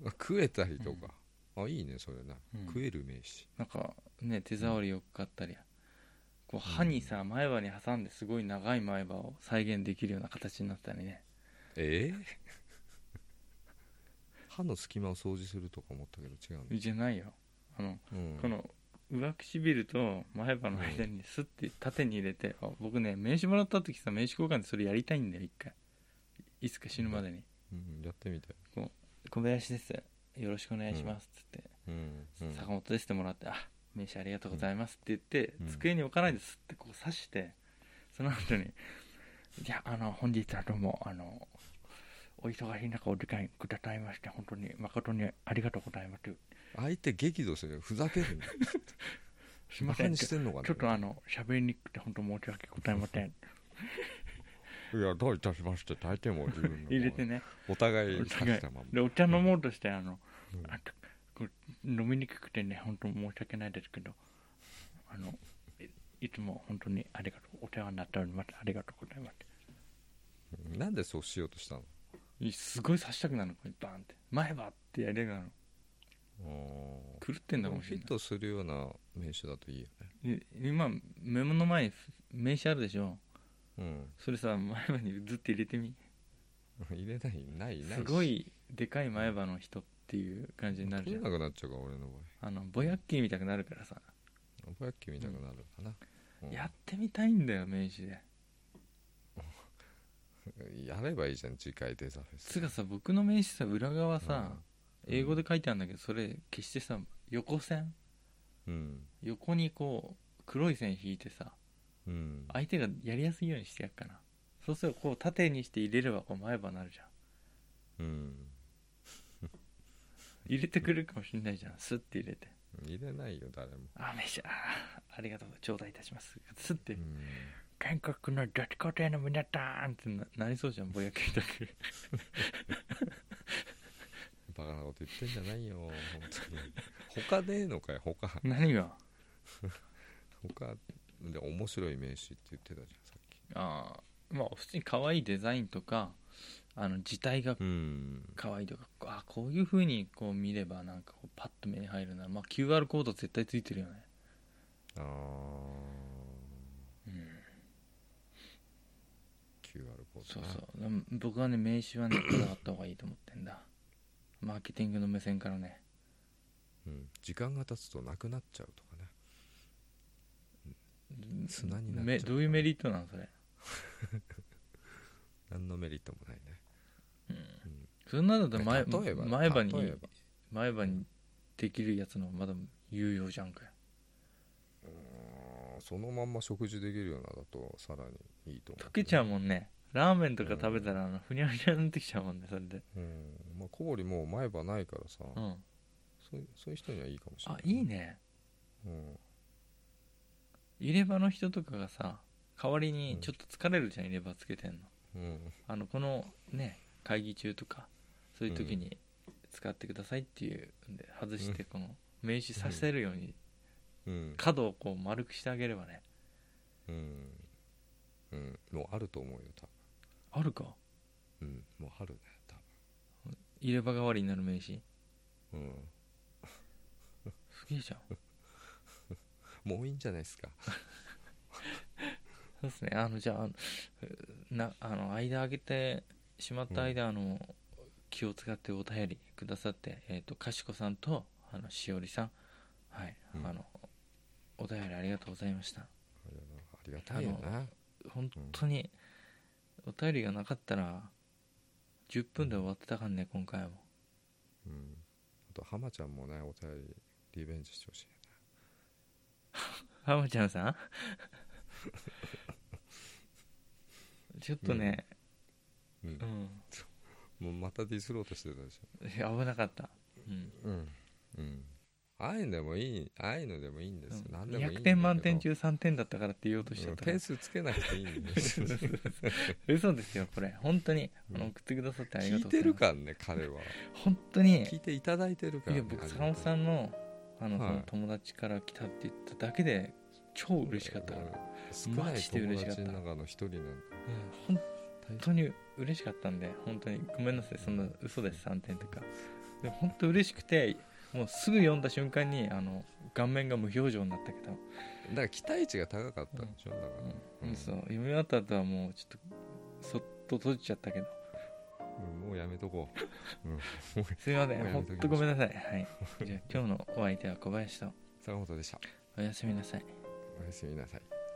[SPEAKER 2] あ食えたりとか、あいいねそれな、
[SPEAKER 1] うん
[SPEAKER 2] 食える名刺
[SPEAKER 1] なんかね手触りよかったりこう歯にさ前歯に挟んですごい長い前歯を再現できるような形になったりね
[SPEAKER 2] ええ 歯の隙間を掃除するとか思ったけど違うね、
[SPEAKER 1] じゃないよあの
[SPEAKER 2] うん、
[SPEAKER 1] この上唇と前歯の間にスッて縦に入れて、あ僕ね名刺もらった時さ名刺交換でそれやりたいんだよ一回いつか死ぬまでに
[SPEAKER 2] うん、やってみて、
[SPEAKER 1] 「小林ですよろしくお願いします」っつって
[SPEAKER 2] うんう
[SPEAKER 1] 「
[SPEAKER 2] ん
[SPEAKER 1] 坂本です」ってもらって「あ名刺ありがとうございます」って言って、
[SPEAKER 2] うん
[SPEAKER 1] 机に置かないでスッてこう刺してその後に「いやあの本日はどうもあのお忙しい中お時間くださいまして本当に誠にありがとうございます」
[SPEAKER 2] 相手激怒するよふざけ る
[SPEAKER 1] すい
[SPEAKER 2] の
[SPEAKER 1] ま
[SPEAKER 2] バ
[SPEAKER 1] せ
[SPEAKER 2] カ
[SPEAKER 1] ん
[SPEAKER 2] に
[SPEAKER 1] ち
[SPEAKER 2] し
[SPEAKER 1] ょ
[SPEAKER 2] てんのかな
[SPEAKER 1] っとあの喋りにくくて本当申し訳ございません
[SPEAKER 2] いやどういたしまして大抵も自分の
[SPEAKER 1] 入れてね
[SPEAKER 2] お互い刺したまんま
[SPEAKER 1] でお茶飲もうとしてあの、
[SPEAKER 2] うん
[SPEAKER 1] あとこう飲みにくくてね本当申し訳ないですけどあのいいつも本当にありがとうお世話になっておりますありがとうございます
[SPEAKER 2] なんでそうしようとしたの
[SPEAKER 1] いすごい刺したくなるのこれバーンって前歯ってやりたくなるの
[SPEAKER 2] あ
[SPEAKER 1] 狂ってんだか
[SPEAKER 2] ー
[SPEAKER 1] もし
[SPEAKER 2] ヒ
[SPEAKER 1] れ
[SPEAKER 2] ットするような名刺だといいよね
[SPEAKER 1] ないい今メモの前に名刺あるでしょ
[SPEAKER 2] うん
[SPEAKER 1] それさ前歯にずっと入れてみ
[SPEAKER 2] 入れないないない
[SPEAKER 1] すごいでかい前歯の人っていう感じになる
[SPEAKER 2] 取
[SPEAKER 1] じ
[SPEAKER 2] れ
[SPEAKER 1] ゃん
[SPEAKER 2] なくなっちゃうから俺の場合
[SPEAKER 1] あのぼやっきーみたくなるからさ
[SPEAKER 2] ぼやっきみたくなるかな、うん
[SPEAKER 1] やってみたいんだよ名刺で
[SPEAKER 2] やればいいじゃん次回デザフェス
[SPEAKER 1] つうかさ僕の名刺さ裏側さ、
[SPEAKER 2] うん
[SPEAKER 1] 英語で書いてあるんだけどそれ決してさ横線
[SPEAKER 2] うん
[SPEAKER 1] 横にこう黒い線引いてさ
[SPEAKER 2] うん
[SPEAKER 1] 相手がやりやすいようにしてやっかなそうするとこう縦にして入れればこう前歯になるじゃん
[SPEAKER 2] うん
[SPEAKER 1] 入れてくれるかもしれないじゃんスッて入れて
[SPEAKER 2] 入れないよ誰も
[SPEAKER 1] 「あ名刺あーありがとう頂戴いたします」スッ
[SPEAKER 2] う
[SPEAKER 1] て
[SPEAKER 2] ん
[SPEAKER 1] 「韓国の女子高生の皆さん」ってななりそうじゃんぼやけたく
[SPEAKER 2] バカなこと言ってんじゃないよ本当に 他ねえのかよ他
[SPEAKER 1] 何が
[SPEAKER 2] 他で面白い名刺って言ってたじゃんさっき
[SPEAKER 1] ああまあ普通に可愛いデザインとかあの字体が
[SPEAKER 2] うん
[SPEAKER 1] 可愛いとかあこういう風にこう見ればなんかこうパッと目に入るな、まあ、QR コード絶対ついてるよね、
[SPEAKER 2] あー
[SPEAKER 1] うん、
[SPEAKER 2] QR コード
[SPEAKER 1] そう
[SPEAKER 2] な
[SPEAKER 1] そうでも僕はね名刺はねこだわった方がいいと思ってんだマーケティングの目線からね
[SPEAKER 2] うん、時間が経つとなくなっちゃうとかね砂になっちゃ
[SPEAKER 1] め
[SPEAKER 2] う
[SPEAKER 1] どういうメリットなのそれ
[SPEAKER 2] 何のメリットもないね
[SPEAKER 1] そんなのだと前
[SPEAKER 2] 例えば
[SPEAKER 1] 前歯
[SPEAKER 2] 例え
[SPEAKER 1] に
[SPEAKER 2] ば
[SPEAKER 1] 前歯にできるやつのまだ有用じゃんかよ
[SPEAKER 2] うんそのまんま食事できるようなだとさらにいいと思う
[SPEAKER 1] 溶けちゃ
[SPEAKER 2] う、
[SPEAKER 1] うもんねラーメンとか食べたらあのふにゃふにゃになってきちゃうもんねそれで
[SPEAKER 2] うんまあ、小堀もう前歯ないから
[SPEAKER 1] う
[SPEAKER 2] さ、
[SPEAKER 1] ん
[SPEAKER 2] そうそういう人にはいいかもしれ
[SPEAKER 1] あ
[SPEAKER 2] ない
[SPEAKER 1] いい、ね
[SPEAKER 2] うん
[SPEAKER 1] 入れ歯の人とかがさ代わりにちょっと疲れるじゃん、入れ歯つけてんの
[SPEAKER 2] うん、
[SPEAKER 1] あのこのね会議中とかそういう時に使ってくださいっていうんで外してこの名刺させるように
[SPEAKER 2] うん
[SPEAKER 1] 角をこう丸くしてあげればね
[SPEAKER 2] うん、うん、もうあると思うよ多
[SPEAKER 1] あるか
[SPEAKER 2] 分、うん、もうあるね多
[SPEAKER 1] 入れ歯代わりになる名刺
[SPEAKER 2] 分、
[SPEAKER 1] すげえじゃん
[SPEAKER 2] うん、もういいんじゃないですか
[SPEAKER 1] そうですねあのじゃああのなあの間開けてしまった間、あの気を使ってお便りくださってえっ、とかしこさんとあのしおりさんはい、
[SPEAKER 2] うん
[SPEAKER 1] あのお便りありがとうございました
[SPEAKER 2] ありがたいよな
[SPEAKER 1] 本当にお便りがなかったら10分で終わってたからね今回も
[SPEAKER 2] うん、あと浜ちゃんもねお便りリベンジしてほしいね
[SPEAKER 1] 浜ちゃん さんちょっとね、
[SPEAKER 2] うん
[SPEAKER 1] うん
[SPEAKER 2] もうまたディスろうとしてたでし
[SPEAKER 1] いや危なかった、うん
[SPEAKER 2] ょうんうんああいうのでもいいああいうのでもいいんですよ、何でもいい
[SPEAKER 1] 200
[SPEAKER 2] んだけど
[SPEAKER 1] 点満点中3点だったからって言おうとしちゃ
[SPEAKER 2] う
[SPEAKER 1] っ
[SPEAKER 2] ん
[SPEAKER 1] たから、
[SPEAKER 2] 点数つけなくていい んですよ
[SPEAKER 1] 嘘ですよこれ本当に、
[SPEAKER 2] うん
[SPEAKER 1] あの送ってくださってありが
[SPEAKER 2] 聞い
[SPEAKER 1] とうござ
[SPEAKER 2] て
[SPEAKER 1] います
[SPEAKER 2] るからね彼は
[SPEAKER 1] 本当に
[SPEAKER 2] 聞いていただいてるから、
[SPEAKER 1] い
[SPEAKER 2] ね、
[SPEAKER 1] や僕坂本さ
[SPEAKER 2] ん
[SPEAKER 1] んのあの、
[SPEAKER 2] はい
[SPEAKER 1] その友達から来たって言っただけで超嬉しかったから、うん
[SPEAKER 2] 少な
[SPEAKER 1] マ
[SPEAKER 2] い
[SPEAKER 1] ジで嬉し
[SPEAKER 2] 友
[SPEAKER 1] かった
[SPEAKER 2] 達の中の一人なんか
[SPEAKER 1] 本
[SPEAKER 2] 大
[SPEAKER 1] 当に嬉しかったんで本当にごめんなさいそんな嘘です3点とかでも本当嬉しくてもうすぐ読んだ瞬間にあの顔面が無表情になったけど、
[SPEAKER 2] だから期待値が高かったんでしょ、だか
[SPEAKER 1] うん
[SPEAKER 2] うん
[SPEAKER 1] そう読み終わった後はもうちょっとそっと閉じちゃったけど
[SPEAKER 2] ら、うんもうやめとこう、うん、
[SPEAKER 1] すいませ
[SPEAKER 2] もうんや
[SPEAKER 1] 本
[SPEAKER 2] めときましょう
[SPEAKER 1] 当ごめんなさいはいじゃあ今日のお相手は小林と
[SPEAKER 2] 坂本でした
[SPEAKER 1] おやすみなさい
[SPEAKER 2] おやすみなさい